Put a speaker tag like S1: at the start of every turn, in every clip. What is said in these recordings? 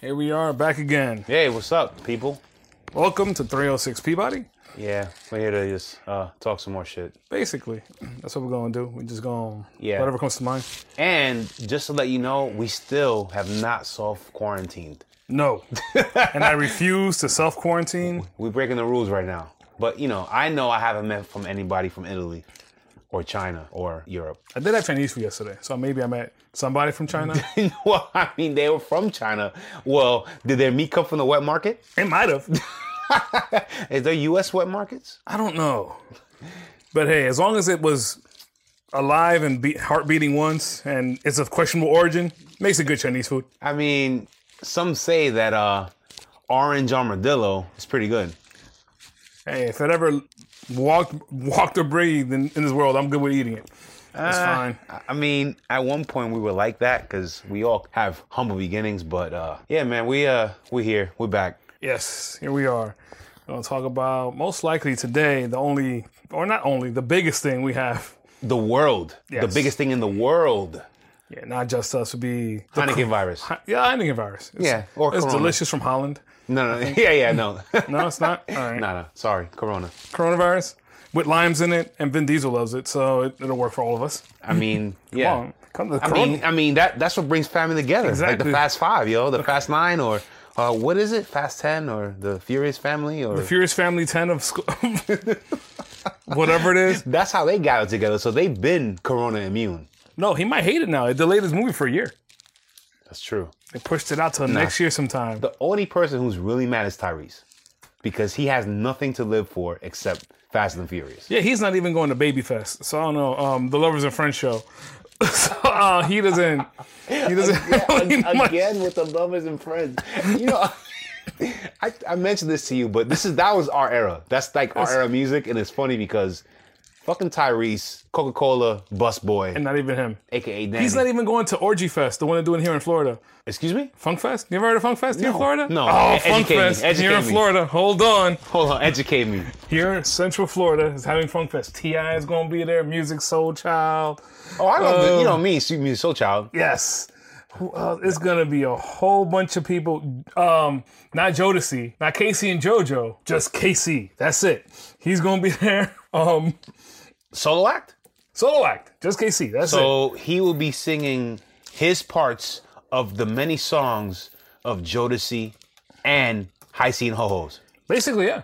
S1: Here we are back again.
S2: Hey, what's up, people?
S1: Welcome to 306 Peabody.
S2: Yeah, we're here to just uh, talk some more shit.
S1: Basically, that's what we're gonna do. We're just gonna
S2: Yeah.
S1: whatever comes to mind.
S2: And just to let you know, we still have not self quarantined.
S1: No, and I refuse to self quarantine.
S2: We're breaking the rules right now. But you know, I know I haven't met from anybody from Italy or China or Europe.
S1: I did have Chinese food yesterday, so maybe I met somebody from China.
S2: well, I mean, they were from China. Well, did their meat come from the wet market?
S1: it might have.
S2: Is there U.S. wet markets?
S1: I don't know. But hey, as long as it was alive and beat, heart beating once, and it's of questionable origin, makes it good Chinese food.
S2: I mean, some say that uh, orange armadillo is pretty good.
S1: Hey, if it ever walked walked or breathed in, in this world, I'm good with eating it. It's fine.
S2: I- I mean, at one point we were like that because we all have humble beginnings. But uh, yeah, man, we uh, we here, we're back.
S1: Yes, here we are. We're gonna talk about most likely today the only, or not only, the biggest thing we have.
S2: The world, the
S1: Yes.
S2: biggest thing in the world,
S1: Yeah, not just us would be the
S2: Heineken virus.
S1: cor- yeah, Heineken virus. It's,
S2: Yeah, or
S1: it's
S2: corona.
S1: delicious from Holland.
S2: No, no, no. yeah, yeah, no, no,
S1: No, it's not. All right,
S2: no. Sorry, Corona.
S1: coronavirus with limes in it, and Vin Diesel loves it, so it, it'll work for all of us.
S2: I mean, yeah.
S1: Come on, come to the
S2: I
S1: corona.
S2: mean, I mean that that's what brings family together. Like the
S1: Exactly.
S2: Fast Five, yo, the Fast Nine, or uh, what is it, Fast Ten, or the Furious Family, or
S1: Furious Family Ten of school, whatever it is.
S2: that's how they got it together. So they've been Corona immune.
S1: No, he might hate it now. It delayed his movie for a year.
S2: That's true.
S1: They pushed it out till next year sometime.
S2: The only person who's really mad is Tyrese because he has nothing to live for except Fast and Furious.
S1: Yeah, he's not even going to Baby Fest, so I don't know. Um, the Lovers and Friends show, so uh, he doesn't. He doesn't. really much-
S2: Again with the lovers and friends. You know, I, I mentioned this to you, but this is that was our era. That's like our era music, and it's funny because fucking Tyrese, Coca Cola, Bus Boy,
S1: Not even him.
S2: aka Danny.
S1: He's not even going to Orgy Fest, the one they're doing here in Florida.
S2: Excuse me.
S1: Funk Fest? You ever heard of Funk Fest here in
S2: No,
S1: Florida?
S2: no.
S1: Oh,
S2: E-
S1: Funk
S2: educate me,
S1: Fest. Here in
S2: educate me.
S1: Florida. Hold on.
S2: Hold on, educate me.
S1: Here in Central Florida is having Funk Fest. T.I. is going to be there. Music Soul Child.
S2: Oh, I love the, you know me, Sweet Music Soul Child.
S1: Yes. Who else? It's gonna be a whole bunch of people. Um, not Jodeci, not Casey and JoJo, just Casey. That's it. He's gonna be there. Um,
S2: Solo act.
S1: solo act, just Casey. That's it.
S2: So he will be singing his parts of the many songs of Jodeci and High C and Ho Ho's.
S1: Basically, yeah.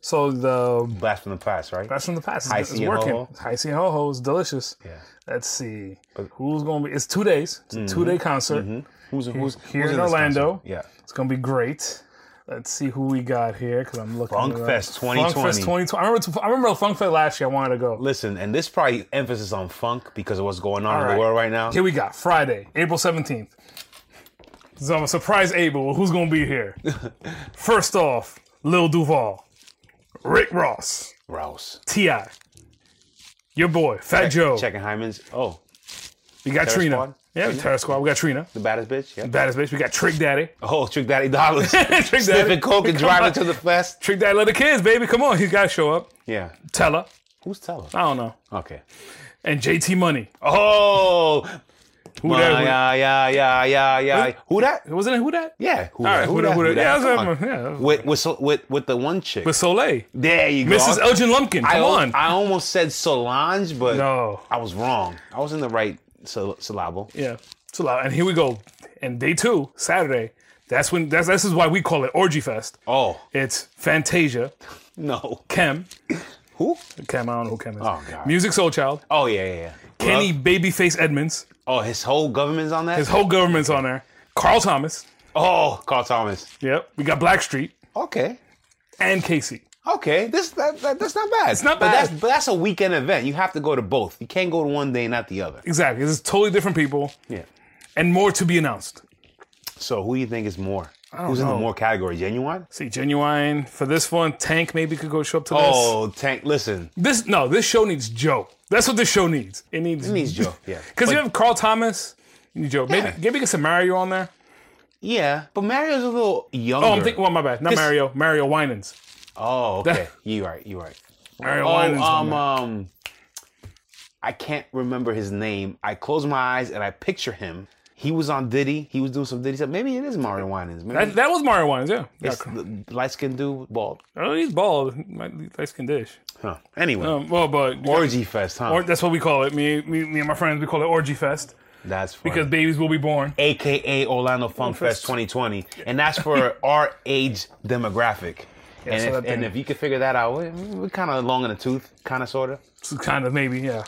S1: So the
S2: Blast from the Past, right?
S1: that's from the past.
S2: High
S1: It's,
S2: C
S1: it's
S2: and
S1: working.
S2: Ho-Ho.
S1: High C and Ho Ho is delicious.
S2: Yeah. Mm-hmm.
S1: Let's see. Who's gonna be? It's two days. It's a two day concert.
S2: Who's, who's,
S1: Here
S2: who's
S1: in
S2: this
S1: Orlando.
S2: concert? Yeah.
S1: It's gonna be great. Let's see who we got here because I'm looking.
S2: Funk
S1: it up.
S2: Fest
S1: Funk Fest
S2: 2020.
S1: 2020. I remember. I remember Funk Fest last year. I wanted to go.
S2: Listen, and this probably emphasis on funk because of what's going on in
S1: right.
S2: the world right now.
S1: Here we got Friday, April 17th. So I'm a surprise Abel. Who's going to be here? First off, Lil Duval, Rick Ross,
S2: Rouse.
S1: T.I., your boy, Fat Joe.
S2: Checking Hyman's. Oh,
S1: We got
S2: Terror
S1: Trina.
S2: Squad?
S1: Yeah, Terror Squad. We got Trina.
S2: the baddest bitch. Yeah.
S1: Baddest bitch. We got Trick Daddy.
S2: Oh, Trick Daddy Dollars.
S1: Trick
S2: Sniffing coke and
S1: Come on.
S2: driving to the fest.
S1: Trick Daddy, let the kids, baby. Come on. He's got to show up.
S2: Yeah.
S1: Tella.
S2: Who's telling?
S1: I don't know.
S2: Okay.
S1: And JT Money.
S2: Oh,
S1: Who
S2: yeah,
S1: that?
S2: yeah, yeah, yeah, yeah. Who that?
S1: Oh, Wasn't it who that?
S2: Yeah. Who
S1: All right.
S2: that?
S1: Who that? Who that? Yeah,
S2: Come
S1: that's
S2: on.
S1: what I'm- yeah.
S2: with with Sol- with with the one chick.
S1: With Soleil.
S2: there you go.
S1: Mrs. Elgin Lumpkin. Come
S2: I, al-
S1: on.
S2: I almost said Solange, but
S1: No.
S2: I was wrong. I was in the right syl- syllable.
S1: Yeah, it's a lot. And here we go. And day two, Saturday. That's when. That's this is why we call it Orgy Fest.
S2: Oh
S1: It's Fantasia,
S2: no.
S1: Kem,
S2: Who?
S1: Kem. I don't know who Kem is.
S2: Oh, God.
S1: Music Soul Child,
S2: Oh yeah, yeah. yeah.
S1: Kenny
S2: Love-
S1: Babyface Edmonds.
S2: Oh, his whole government's on that.
S1: His whole government's on there. Carl Thomas.
S2: oh, Carl Thomas.
S1: Yep. We got Blackstreet
S2: Okay.
S1: and Casey.
S2: Okay, this that, that, that's not bad. It's
S1: not
S2: but
S1: bad.
S2: That's, but that's a weekend event. You have to go to both. You can't go to one day and not the other.
S1: Exactly. This is totally different people
S2: Yeah.
S1: and more to be announced.
S2: So who do you think is more? Who's in the
S1: know.
S2: more category? Genuine?
S1: See, genuine for this one. Tank maybe could go show up to
S2: Oh, Tank. Listen,
S1: this. This no. This show needs Joe. That's what this show needs. It needs. It
S2: needs Joe, yeah.
S1: Because you
S2: But-
S1: have Carl Thomas. You need Joe. Maybe
S2: Yeah.
S1: maybe get some Mario on there.
S2: yeah, but Mario's a little younger.
S1: Oh, I'm thinking. Well, my bad. Not
S2: This-
S1: Mario. Mario Winans.
S2: Oh, okay. you right. You right.
S1: Mario
S2: Oh,
S1: Winans. on
S2: um,
S1: there.
S2: um, I can't remember his name. I close my eyes and I picture him He was on Diddy. He was doing some Diddy stuff. Maybe it is Mario Winans. Maybe
S1: That, that was Mario Wines, yeah. Yeah.
S2: it's the light skinned dude, bald.
S1: Oh, he's bald. My light skin dish.
S2: Huh. Anyway,
S1: Um, well, but
S2: orgy fest, huh?
S1: or, that's what we call it. Me, me, me and my friends, we call it orgy fest
S2: That's funny.
S1: because babies will be born.
S2: AKA Orlando Funk Fest 2020, and that's for our age demographic. and,
S1: so
S2: if,
S1: that'd
S2: and
S1: be-
S2: if you could figure that out, we're, we're kind of long in the tooth, kind of, sort of.
S1: So kind of maybe, yeah.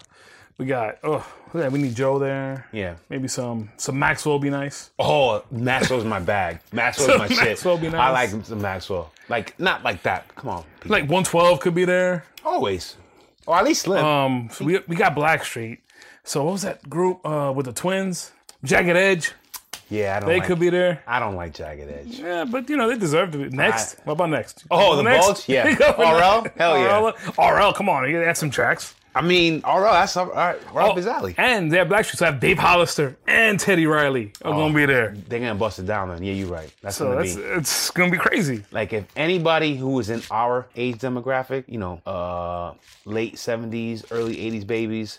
S1: We got oh yeah, we need Joe there.
S2: Yeah.
S1: Maybe some some Maxwell would be nice.
S2: Oh, Maxwell's my bag. Maxwell's my shit.
S1: Maxwell be nice.
S2: I like some Maxwell. Like, not like that. Come on. people.
S1: Like 112 could be there.
S2: Always. Or at least Slim.
S1: Um, so we we got Blackstreet. So what was that group uh with the twins? Jagged Edge.
S2: yeah, I don't
S1: They
S2: like
S1: could be there.
S2: I don't like Jagged Edge.
S1: Yeah, but you know they deserve to be next. what about next?
S2: Oh, the
S1: next?
S2: Bulge? Yeah. RL? Hell yeah.
S1: RL, come on, you gotta add some tracks.
S2: I mean, RL, that's all right. Right
S1: Oh.
S2: up his alley.
S1: And they have Blackstreet. So I have Dave Hollister and Teddy Riley are gonna be there.
S2: They're going to bust it down, then. Yeah, you're right. That's
S1: So
S2: going
S1: that's
S2: to Oh, be.
S1: it's gonna be crazy.
S2: Like if anybody who is in our age demographic, you know, uh late seventies, early eighties babies,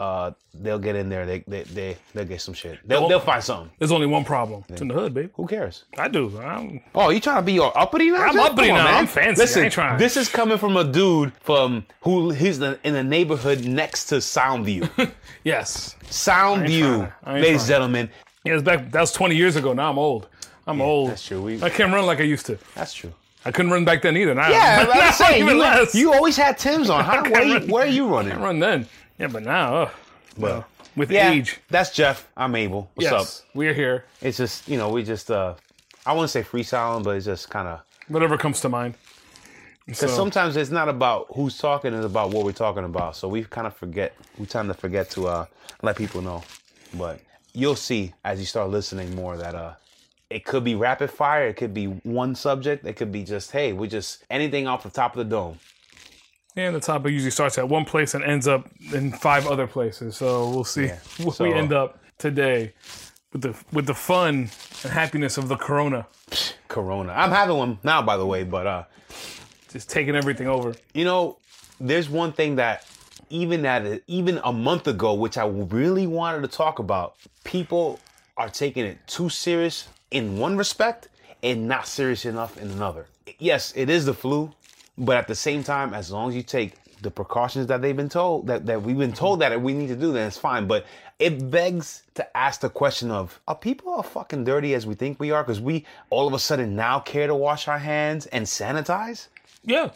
S2: uh, they'll get in there. They they they they'll get some shit. They'll, they'll find something.
S1: There's only one problem. It's in the hood, babe.
S2: Who cares?
S1: I do. I'm,
S2: Oh, you trying to be all uppity now? Jack?
S1: uppity
S2: Come on,
S1: now.
S2: man.
S1: I'm fancy. I
S2: Listen,
S1: ain't trying.
S2: this is coming from a dude from who he's in in the neighborhood next to Soundview.
S1: yes.
S2: Soundview,
S1: I ain't
S2: ladies and gentlemen.
S1: Yeah, it's back. That was 20 years ago. Now I'm old. I'm old.
S2: that's true. We-
S1: I can't run like I used to.
S2: That's true.
S1: I couldn't run back then either. Now,
S2: Yeah,
S1: now
S2: I'm saying
S1: even
S2: you,
S1: less.
S2: you always had Tim's on. How, where, you,
S1: run-
S2: where are you running?
S1: run then. Yeah, but now, uh, well, with
S2: Yeah,
S1: age.
S2: that's Jeff. I'm Abel. What's up?
S1: Yes, we're here.
S2: it's just you know we just uh i wouldn't say freestyling but it's just kind of
S1: Whatever comes to mind.
S2: because
S1: So-
S2: sometimes it's not about who's talking it's about what we're talking about so we kind of forget we tend to forget to uh let people know but you'll see as you start listening more that uh it could be rapid fire it could be one subject it could be just hey we just anything off the top of the dome
S1: And the topic usually starts at one place and ends up in five other places. So we'll see where
S2: So-
S1: we end up today with the with the fun and happiness of the corona
S2: corona i'm having one now by the way but uh
S1: just taking everything over.
S2: you know, there's one thing that even at even a month ago, which I really wanted to talk about, people are taking it too serious in one respect and not serious enough in another. Yes, it is the flu, but at the same time, as long as you take the precautions that they've been told that, that we've been told that we need to do, then it's fine. But it begs to ask the question of are people as fucking dirty as we think we are? Because we all of a sudden now care to wash our hands and sanitize?
S1: Yeah.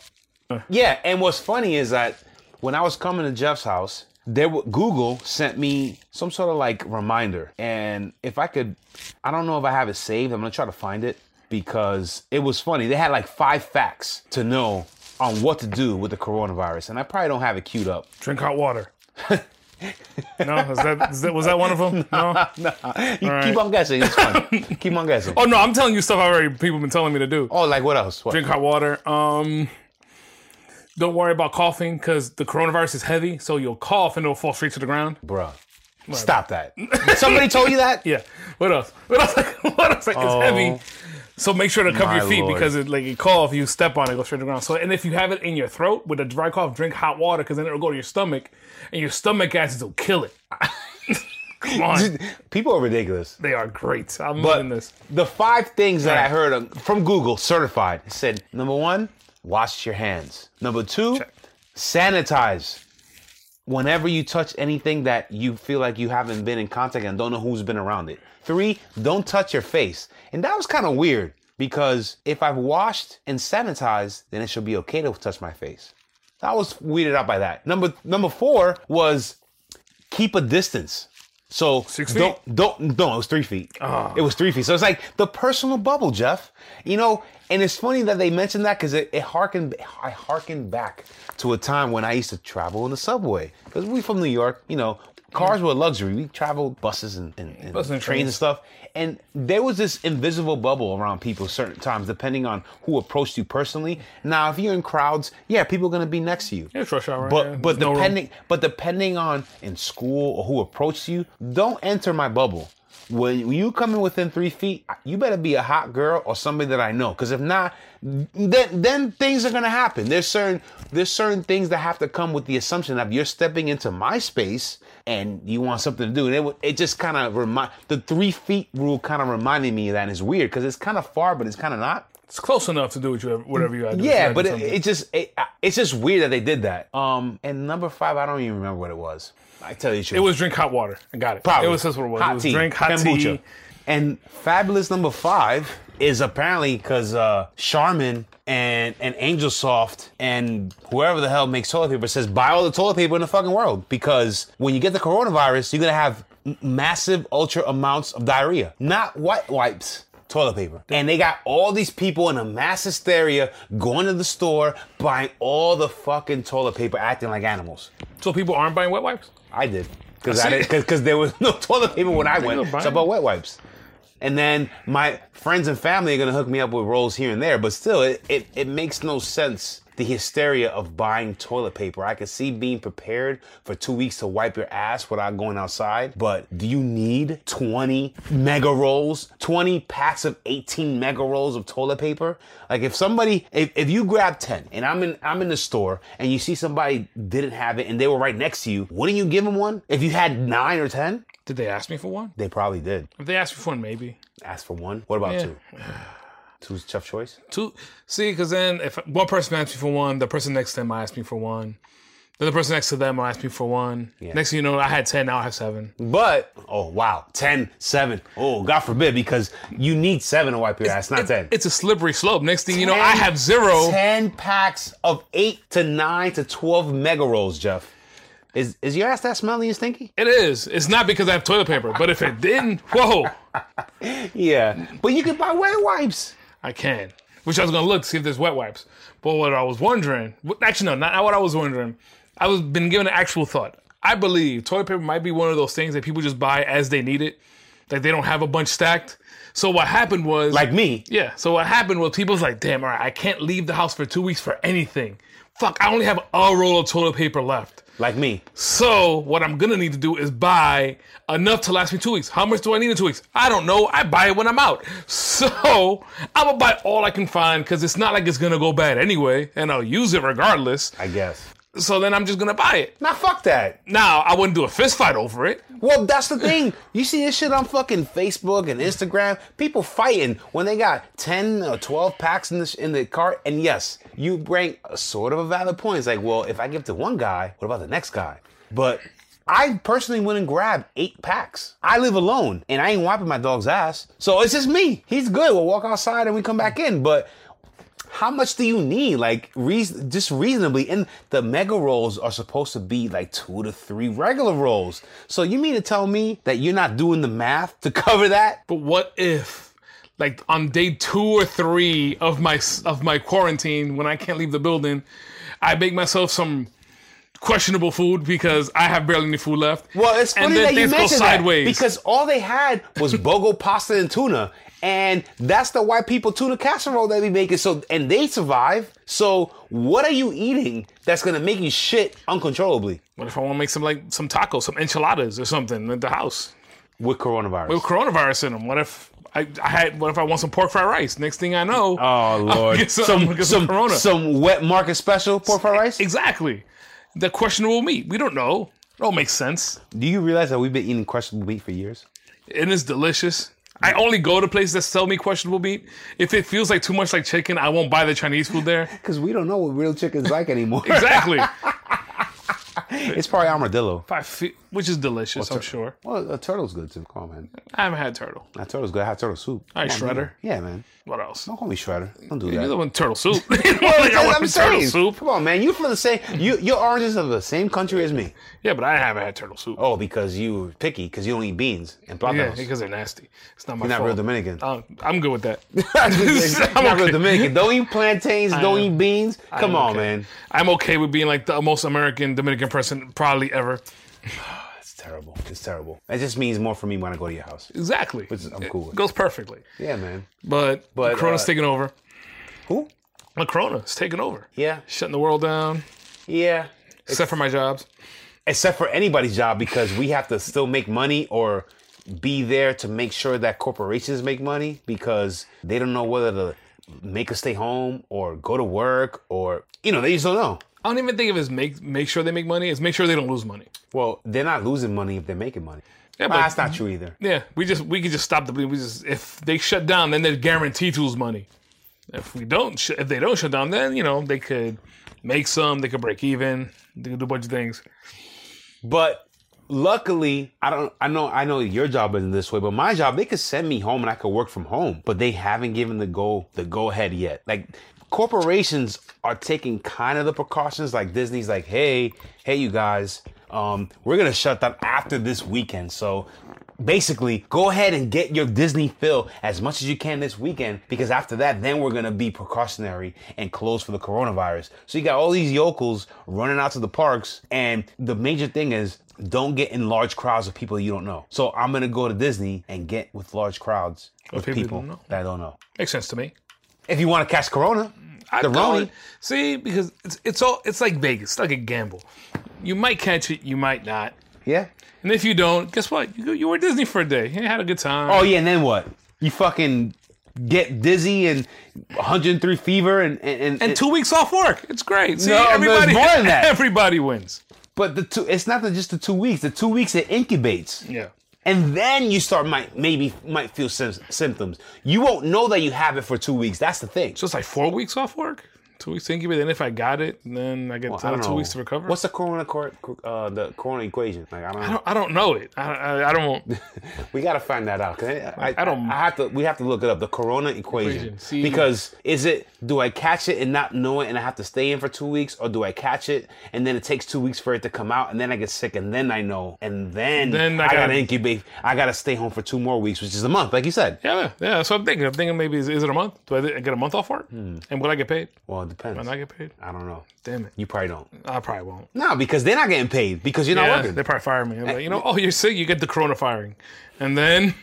S2: Yeah, and what's funny is that when I was coming to Jeff's house, there wa- Google sent me some sort of like reminder, and if I could, I don't know if I have it saved. I'm gonna try to find it because it was funny. They had like five facts to know on what to do with the coronavirus, and I probably don't have it queued up.
S1: Drink hot water. no, is that, is that was that one of them? No.
S2: Nah, you keep on guessing. It's fine. keep on guessing.
S1: Oh
S2: Oh,
S1: no, I'm telling you stuff already. People been telling me to do.
S2: like what else? What?
S1: Drink hot water. Um, don't worry about coughing because the coronavirus is heavy, so you'll cough and it'll fall straight to the ground.
S2: Bruh. Stop that. Somebody told you that?
S1: Yeah. What else? What else? Like, what else? Like, it's heavy. So make sure to cover
S2: Oh. my
S1: your feet
S2: lord.
S1: because it like you cough, you step on it, go straight to the ground. So and if you have it in your throat with a dry cough, drink hot water because then it'll go to your stomach, and your stomach acids will kill it. Come on,
S2: People are ridiculous.
S1: they are great. I'm
S2: But
S1: loving this.
S2: the five things that I
S1: Right.
S2: heard on- from Google certified it said number one, wash your hands. Number two, sanitize. Whenever you touch anything that you feel like you haven't been in contact and don't know who's been around it. Three, don't touch your face. And that was kind of weird because if I've washed and sanitized, then it should be okay to touch my face. I was weirded out by that. Number number four was keep a distance. So
S1: Six
S2: don't don't no, it was three feet. It was three feet. So it's like the personal bubble, Jeff. You know, and it's funny that they mentioned that because it, it harkened I harkened back to a time when I used to travel in the subway. Because we from New York, you know, cars were a luxury. We traveled buses and, and, and
S1: Buses and
S2: trains and
S1: trains.
S2: stuff. And there was this invisible bubble around people certain times, depending on who approached you personally. Now, if you're in crowds, yeah, people are gonna be next to you.
S1: Yeah, sure, shower.
S2: But
S1: yeah,
S2: but
S1: there's no room.
S2: depending but depending on in school or who approached you, don't enter my bubble. when you come in within three feet, you better be a hot girl or somebody that I know. Because if not, then then things are gonna happen. There's certain there's certain things that have to come with the assumption of you're stepping into my space and you want something to do. And it would- it just kind of remind the three feet rule kind of reminded me of that. And it's weird because it's kind of far, but it's kind of not.
S1: It's close enough to do what you, whatever you gotta do.
S2: Yeah,
S1: You gotta do
S2: but it,
S1: something.
S2: it just it, I- it's just weird that they did that. Um, and number five, I don't even remember what it was. I tell you the truth.
S1: It was drink hot water. I got it.
S2: Probably.
S1: It was just what it was.
S2: Hot
S1: it was
S2: tea.
S1: drink hot
S2: kombucha.
S1: tea.
S2: And fabulous number five is apparently because uh, Charmin and and Angel Soft and whoever the hell makes toilet paper says buy all the toilet paper in the fucking world because when you get the coronavirus, you're gonna have m- massive ultra amounts of diarrhea. Not white wipes. Toilet paper. And they got all these people in a mass hysteria going to the store, buying all the fucking toilet paper, acting like animals.
S1: So people aren't buying wet wipes.
S2: I did because
S1: I
S2: I
S1: see.
S2: did because there was no toilet paper when I
S1: you,
S2: went.
S1: Brian.
S2: So about wet wipes, and then my friends and family are gonna hook me up with rolls here and there. But still, it it, it makes no sense. The hysteria of buying toilet paper. I could see being prepared for two weeks to wipe your ass without going outside, but do you need 20 mega rolls, 20 packs of 18 mega rolls of toilet paper? Like if somebody, if, if you grab 10 and I'm in I'm in the store and you see somebody didn't have it and they were right next to you, wouldn't you give them one? If you had nine or 10,
S1: Did they ask me for one?
S2: they probably did.
S1: If they asked me for one, maybe
S2: Ask for one. What about
S1: Yeah.
S2: two? Two's a tough choice.
S1: two. See, because then if one person asks me for one, the person next to them might ask me for one. Then the person next to them might ask me for one. Next thing you know, I had ten. Now I have seven.
S2: But oh wow, 10, 7. Oh, God forbid, because you need seven to wipe your ass, not
S1: It-
S2: ten.
S1: It's a slippery slope. Next thing you know, I have zero.
S2: Ten packs of eight to nine to twelve mega rolls, Jeff. Is is your ass that smelly and stinky?
S1: It is. It's not because I have toilet paper, but if it didn't, whoa,
S2: Yeah, but you could buy wet wipes.
S1: I can. Which I was gonna look to see if there's wet wipes. But what I was wondering, wh- actually no, not, not what I was wondering. I was been given an actual thought. I believe toilet paper might be one of those things that people just buy as they need it, like they don't have a bunch stacked. So what happened was,
S2: Like me,
S1: yeah. So what happened was people was like, damn, all right, I can't leave the house for two weeks for anything. Fuck, I only have a roll of toilet paper left.
S2: like me.
S1: So what I'm gonna need to do is buy enough to last me two weeks. How much do I need in two weeks? I don't know. I buy it when I'm out. So I'm gonna buy all I can find because it's not like it's gonna go bad anyway, and I'll use it regardless.
S2: I guess.
S1: So then I'm just gonna buy it.
S2: Nah, fuck that.
S1: Now I wouldn't do a fist fight over it.
S2: Well, that's the thing. You see this shit on fucking Facebook and Instagram. People fighting when they got ten or twelve packs in this in the cart. And yes, you bring a sort of a valid point. It's like, well, if I give to one guy, what about the next guy? But I personally went and grabbed eight packs. I live alone and I ain't wiping my dog's ass. So it's just me. He's good. We'll walk outside and we come back in. But how much do you need? Like, reason, just reasonably. And the mega rolls are supposed to be like two to three regular rolls. So you mean to tell me that you're not doing the math to cover that?
S1: But what if, like on day two or three of my of my quarantine, when I can't leave the building, I make myself some questionable food because I have barely any food left.
S2: Well, it's funny
S1: and then
S2: that you
S1: things go
S2: mentioned that
S1: sideways
S2: because all they had was bogo pasta and tuna, and that's the white people tuna casserole that we making. So and they survive. So what are you eating that's gonna make you shit uncontrollably
S1: What if I want to make some like some tacos, some enchiladas or something at the house?
S2: with coronavirus?
S1: With coronavirus in them. What if I, I had? What if I want some pork fried rice? Next thing I know,
S2: oh lord,
S1: get some- I'll
S2: some
S1: get some
S2: some,
S1: Corona.
S2: some wet market special pork fried rice.
S1: exactly. The questionable meat. We don't know. It all makes sense,
S2: Do you realize that we've been eating questionable meat for years?
S1: and it's delicious. I only go to places that sell me questionable meat. If it feels like too much like chicken, I won't buy the Chinese food there.
S2: Because we don't know what real chicken's like anymore.
S1: Exactly. If
S2: it's probably armadillo.
S1: I fe- which is delicious, I'm sure.
S2: Well, a turtle's good too. Come on, man.
S1: I haven't had turtle.
S2: That turtle's good. I have turtle soup.
S1: All right,
S2: Come on,
S1: Shredder.
S2: man. Yeah, man.
S1: What else?
S2: Don't call me Shredder. Don't do
S1: You're the
S2: that.
S1: one turtle soup. You know, like, I want turtle
S2: I'm saying.
S1: soup.
S2: Come on, man. You from the same? You your oranges are the same country as me.
S1: Yeah, but I haven't had turtle soup.
S2: Oh, because you were picky because you don't eat beans and
S1: Yeah,
S2: platanos.
S1: because they're nasty. It's not my
S2: You're not
S1: fault.
S2: real Dominican.
S1: Um, I'm good with that.
S2: You're
S1: I'm,
S2: not real
S1: okay.
S2: Dominican. Don't eat plantains. Don't
S1: am-
S2: eat beans. Come on,
S1: okay.
S2: man.
S1: I'm okay with being like the most American Dominican person probably ever.
S2: It's terrible. It's terrible. That just means more for me when I go to your house.
S1: Exactly.
S2: I'm
S1: It
S2: cool with.
S1: Goes perfectly.
S2: Yeah, man.
S1: But,
S2: But,
S1: the Corona's
S2: uh,
S1: taking over.
S2: Who?
S1: The Corona's taking over.
S2: Yeah.
S1: Shutting the world down,
S2: Yeah.
S1: except for my jobs.
S2: except for anybody's job because we have to still make money or be there to make sure that corporations make money because they don't know whether to make us stay home or go to work or you know they just don't know.
S1: I don't even think of it as make make sure they make money. It's make sure they don't lose money.
S2: Well, they're not losing money if they're making money.
S1: Yeah,
S2: Nah,
S1: but-
S2: that's not true either.
S1: Yeah, we just we could just stop the bleed. We just if they shut down, then they're guaranteed to lose money. If we don't, sh- if they don't shut down, then you know they could make some, they could break even, they could do a bunch of things.
S2: But luckily, I don't. I know. I know your job isn't this way, but my job, they could send me home and I could work from home. But they haven't given the go the go ahead yet. Like corporations are taking kind of the precautions. Like Disney's like, hey, hey, you guys, um, we're gonna shut down after this weekend. So. Basically, go ahead and get your Disney fill as much as you can this weekend because after that, then we're gonna be precautionary and close for the coronavirus. So you got all these yokels running out to the parks, and the major thing is don't get in large crowds of people you don't know. So I'm gonna go to Disney and get with large crowds with
S1: people
S2: people,
S1: you don't know.
S2: that I don't know.
S1: Makes sense to me.
S2: If you want to catch Corona,
S1: I
S2: the
S1: don't-
S2: Roni,
S1: See, because it's it's all it's like Vegas, it's like a gamble. You might catch it, you might not.
S2: yeah.
S1: And if you don't, guess what? You go- you were at Disney for a day. You had a good time.
S2: Oh yeah, and then what? You fucking get dizzy and 103 fever and and, and,
S1: and two weeks off work. It's great. See,
S2: No, there's
S1: everybody
S2: more than that.
S1: everybody wins.
S2: but the two it's not the, just the two weeks. The two weeks it incubates.
S1: Yeah.
S2: And then you start might maybe might feel sym- symptoms. You won't know that you have it for two weeks. That's the thing.
S1: So it's like four weeks off work. Two weeks to incubate. Then if I got it, then I get
S2: I
S1: another
S2: don't
S1: two
S2: know.
S1: weeks to recover.
S2: What's the corona cor- uh, the corona equation? Like I don't know.
S1: I don't, I don't know it. I, I, I don't.
S2: We gotta find that out. 'cause I,
S1: I don't-
S2: I have to. We have to look it up. The corona equation.
S1: Equation, see.
S2: Because is it? Do I catch it and not know it, and I have to stay in for two weeks, or do I catch it and then it takes two weeks for it to come out, and then I get sick, and then I know, and then,
S1: Then I
S2: I, gotta,
S1: gotta-
S2: incubate. I gotta stay home for two more weeks, which is a month, like you said.
S1: Yeah, yeah. So I'm thinking. I'm thinking maybe is, is it a month? Do I get a month off work?
S2: Hmm.
S1: And will I get paid?
S2: Well, it depends.
S1: Will I get paid?
S2: I don't know.
S1: Damn it.
S2: You probably don't.
S1: I probably won't.
S2: No, because they're not getting paid because you're not
S1: Yeah,
S2: working.
S1: they probably fire me. I'm like, you know, oh, you're sick. You get the corona firing, and then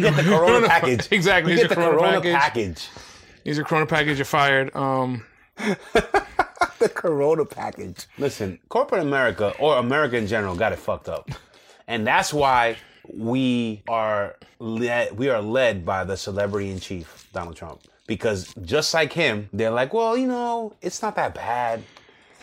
S2: get the corona
S1: Corona-
S2: package.
S1: Exactly,
S2: You
S1: it's
S2: get the
S1: your corona
S2: corona
S1: package.
S2: package.
S1: here's your corona package. You're fired. Um,
S2: the Corona package. Listen, corporate America or America in general got it fucked up, and that's why we are led, we are led by the celebrity in chief Donald Trump because just like him, they're like, well, you know, it's not that bad.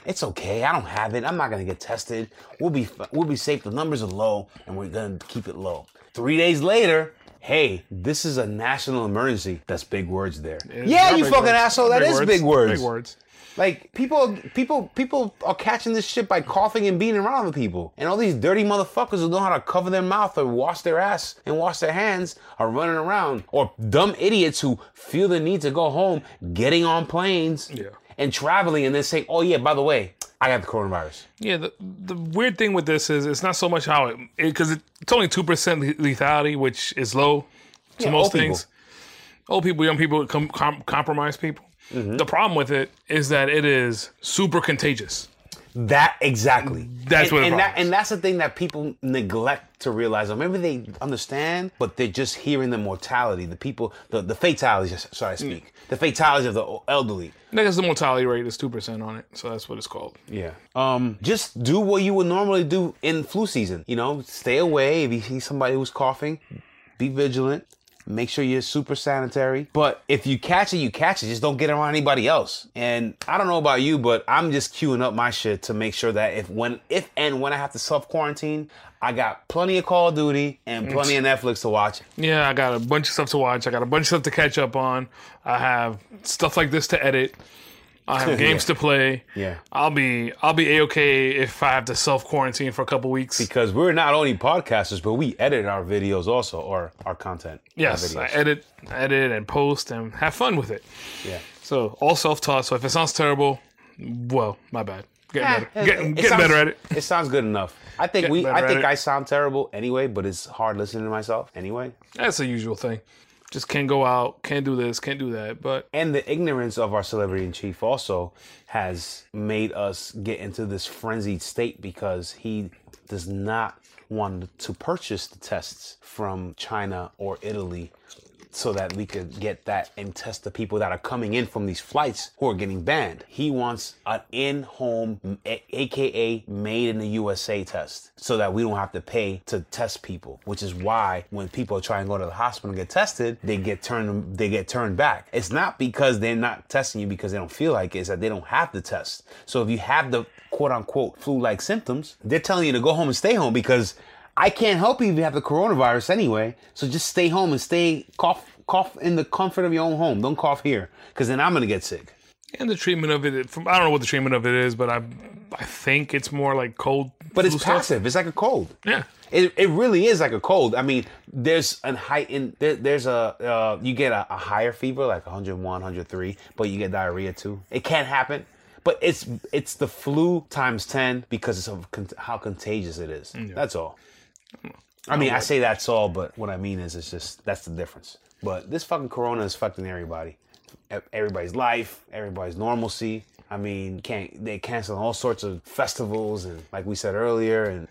S2: It's okay. I don't have it. I'm not gonna get tested. We'll be f- we'll be safe. The numbers are low, and we're gonna keep it low. Three days later. Hey, this is a national emergency. That's big words there. yeah, you
S1: big
S2: fucking
S1: words.
S2: asshole. That is big words.
S1: Big words.
S2: Like people, people, people are catching this shit by coughing and being around other people, and all these dirty motherfuckers who know how to cover their mouth or wash their ass and wash their hands are running around, or dumb idiots who feel the need to go home, getting on planes
S1: Yeah.
S2: and traveling, and then saying, "Oh yeah, by the way, I got the coronavirus."
S1: Yeah, the, the weird thing with this is it's not so much how it because it, it's only two percent lethality, which is low to
S2: Yeah,
S1: most
S2: old people.
S1: things. Old people, young people, com- com- compromised people.
S2: Mm-hmm.
S1: The problem with it is that it is super contagious.
S2: That exactly.
S1: That's
S2: and,
S1: what it
S2: and that
S1: follows.
S2: and that's the thing that people neglect to realize. Or maybe they understand, but they're just hearing the mortality, the people, the the fatalities. Sorry, I
S1: Mm.
S2: speak the fatalities of the elderly.
S1: I guess the mortality rate is two percent on it, so that's what it's called.
S2: Yeah. Um, just do what you would normally do in flu season. You know, stay away. If you see somebody who's coughing, be vigilant. Make sure you're super sanitary. But if you catch it, you catch it. Just don't get around anybody else. And I don't know about you, but I'm just queuing up my shit to make sure that if when if and when I have to self quarantine, I got plenty of Call of Duty and plenty of Netflix to watch.
S1: Yeah, I got a bunch of stuff to watch. I got a bunch of stuff to catch up on. I have stuff like this to edit. I have games to play.
S2: Yeah.
S1: I'll be I'll be a okay if I have to self quarantine for a couple weeks.
S2: Because we're not only podcasters, but we edit our videos also or our content. our
S1: Yes, I
S2: videos.
S1: edit, edit, and post, and have fun with it.
S2: yeah.
S1: So all self-taught. So if it sounds terrible, well, my bad. Getting
S2: Eh,
S1: better, getting,
S2: it
S1: getting
S2: sounds-
S1: better at it.
S2: It sounds good enough. I think
S1: Getting
S2: we.
S1: better
S2: I
S1: at
S2: think
S1: it.
S2: I sound terrible anyway, but it's hard listening to myself anyway.
S1: That's the usual thing. Just can't go out, can't do this, can't do that. But
S2: And the ignorance of our celebrity in chief also has made us get into this frenzied state because he does not want to purchase the tests from China or Italy so that we could get that and test the people that are coming in from these flights who are getting banned. He wants an in-home, a- aka made in the USA test, so that we don't have to pay to test people. Which is why when people try and go to the hospital and get tested, they get turned, they get turned back. It's not because they're not testing you because they don't feel like it, it's that they don't have the test. So if you have the quote unquote flu-like symptoms, they're telling you to go home and stay home because I can't help you if you have the coronavirus anyway. So just stay home and stay cough cough in the comfort of your own home. Don't cough here, because then I'm gonna get sick.
S1: And the treatment of it, from I don't know what the treatment of it is, but I, I think it's more like cold.
S2: But it's
S1: flu stuff.
S2: passive. It's like a cold.
S1: Yeah.
S2: It, it really is like a cold. I mean, there's an heightened there, there's a uh, you get a, a higher fever like 101, 103, but you get diarrhea too. It can happen, but it's it's the flu times 10 because of con- how contagious it is. That's all. I mean, I say that's all, but what I mean is it's just that's the difference. But this fucking corona is fucking everybody. E- Everybody's life, everybody's normalcy. I mean, can't they canceling all sorts of festivals and like we said earlier and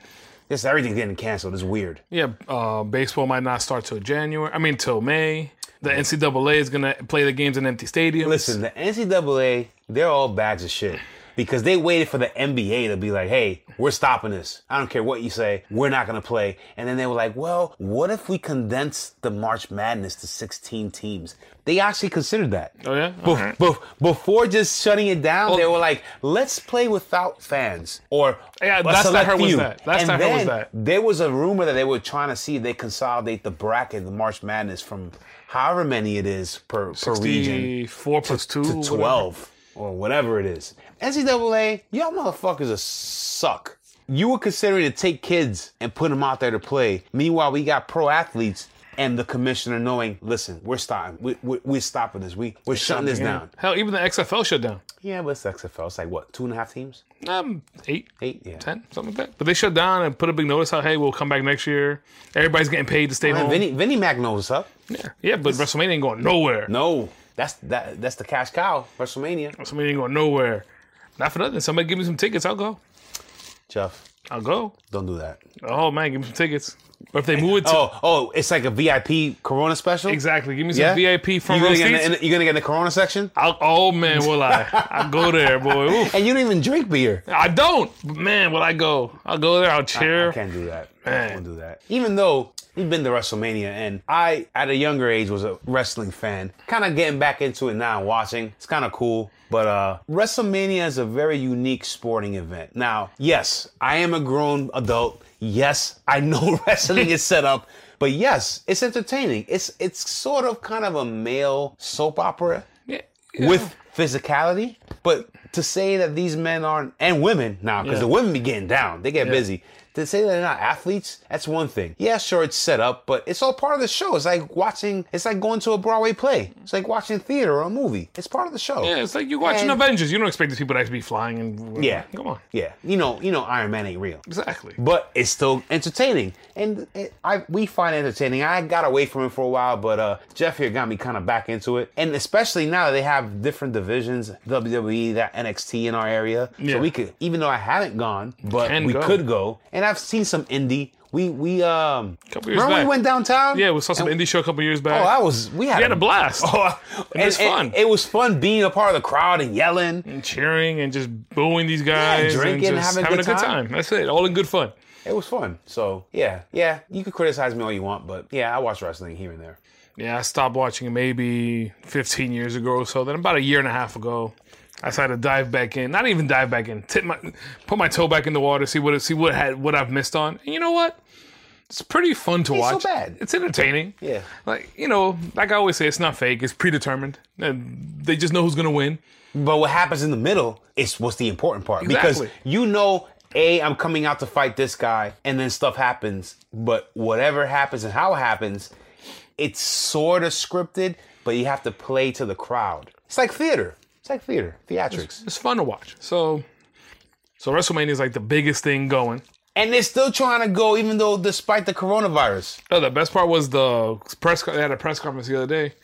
S2: this everything's getting canceled. It's weird.
S1: Yeah, uh, baseball might not start till January. I mean, till May. The NCAA is gonna play the games in empty stadiums.
S2: Listen, the NCAA, they're all bags of shit because they waited for the NBA to be like, hey, we're stopping this. I don't care what you say, we're not going to play. And then they were like, well, what if we condense the March Madness to 16 teams? They actually considered that.
S1: Oh, yeah?
S2: Bef-
S1: Alright.
S2: bef- before just shutting it down, they were like, let's play without fans or
S1: Yeah,
S2: a
S1: last I
S2: select
S1: heard was
S2: few.
S1: that. Last
S2: and
S1: I heard was
S2: then
S1: that.
S2: There was a rumor that they were trying to see if they consolidate the bracket, the March Madness, from however many it is per, per region
S1: the four plus two
S2: to
S1: whatever.
S2: 12 or whatever it is. NCAA, y'all motherfuckers are suck. You were considering to take kids and put them out there to play. Meanwhile, we got pro athletes and the commissioner knowing, listen, we're stopping. We, we, we're stopping this. We, we're shutting this down.
S1: Hell, even the XFL shut down.
S2: Yeah, but it's XFL. It's like, what, two and a half teams?
S1: Um, eight,
S2: Eight? Yeah.
S1: ten, something like that. But they shut down and put a big notice out. Hey, we'll come back next year. Everybody's getting paid to stay
S2: Man,
S1: home.
S2: Vinny, Vinny Mac knows what's up.
S1: yeah, yeah, but WrestleMania ain't going nowhere.
S2: No, that's that, that's the cash cow, WrestleMania.
S1: WrestleMania ain't going nowhere. Not for nothing. Somebody give me some tickets. I'll go.
S2: Jeff,
S1: I'll go.
S2: don't do that.
S1: Oh man, give me some tickets. Or if they move it to
S2: Oh, oh, it's like a VIP Corona special?
S1: exactly, give me some
S2: Yeah?
S1: VIP front
S2: You're
S1: row
S2: gonna, get in
S1: seats.
S2: the, in the- you gonna get in the Corona section?
S1: I'll, oh man, will I? I go there, boy. Oof.
S2: And you don't even drink beer.
S1: I don't, but man. Will I go? I'll go there. I'll cheer.
S2: I can't do that. I
S1: Man.
S2: won't do that. Even though we've been to WrestleMania, and I, at a younger age, was a wrestling fan. Kind of getting back into it now and watching. It's kind of cool. But uh, WrestleMania is a very unique sporting event. Now, yes, I am a grown adult. Yes, I know wrestling is set up. But yes, it's entertaining. It's it's sort of kind of a male soap opera
S1: Yeah, yeah.
S2: with physicality. But to say that these men aren't and women now, because
S1: Yeah.
S2: the women be getting down, they get busy. To say that they're not athletes, that's one thing. Yeah, sure, it's set up, but it's all part of the show. It's like watching. It's like going to a Broadway play. It's like watching theater or a movie. It's part of the show.
S1: yeah, it's like you're watching
S2: And-
S1: Avengers. You don't expect these people to actually be flying and
S2: Yeah.
S1: Come on,
S2: Yeah. You know. You know. Iron Man ain't real.
S1: exactly.
S2: but it's still entertaining, and it, I we find it entertaining. I got away from it for a while, but uh, Jeff here got me kind of back into it, and especially now that they have different divisions, WWE, that NXT in our area,
S1: Yeah.
S2: so we could, even though I haven't gone, but
S1: can
S2: we
S1: go.
S2: could go, and I've seen some indie. We we um,
S1: Couple years
S2: remember when we
S1: back.
S2: went downtown?
S1: Yeah, we saw some indie show a couple years back.
S2: Oh, I was we had,
S1: we had a blast.
S2: Oh, and,
S1: was
S2: and
S1: fun. Mm.
S2: It was fun being a part of the crowd and yelling.
S1: And cheering and just booing these guys,
S2: drinking,
S1: and just
S2: having a good time.
S1: That's it. All in good fun.
S2: It was fun. So yeah, yeah, you could criticize me all you want, but yeah, I watch wrestling here and there.
S1: Yeah, I stopped watching it maybe 15 years ago or so. Then about a year and a half ago, I decided to dive back in. Not even dive back in. Tip my, put my toe back in the water, see what it, see what had what I've missed on. And you know what? It's pretty fun to
S2: so
S1: watch.
S2: bad.
S1: It's entertaining.
S2: Yeah.
S1: Like you know, like I always say, it's not fake. It's predetermined. And they just know who's gonna win.
S2: But what happens in the middle is what's the important part
S1: Exactly.
S2: because you know, a I'm coming out to fight this guy, and then stuff happens. But whatever happens and how it happens, it's sort of scripted, but you have to play to the crowd. It's like theater. It's like theater, theatrics.
S1: It's fun to watch. So, so WrestleMania is like the biggest thing going.
S2: And they're still trying to go, even though despite the coronavirus.
S1: No, the best part was the press. They had a press conference the other day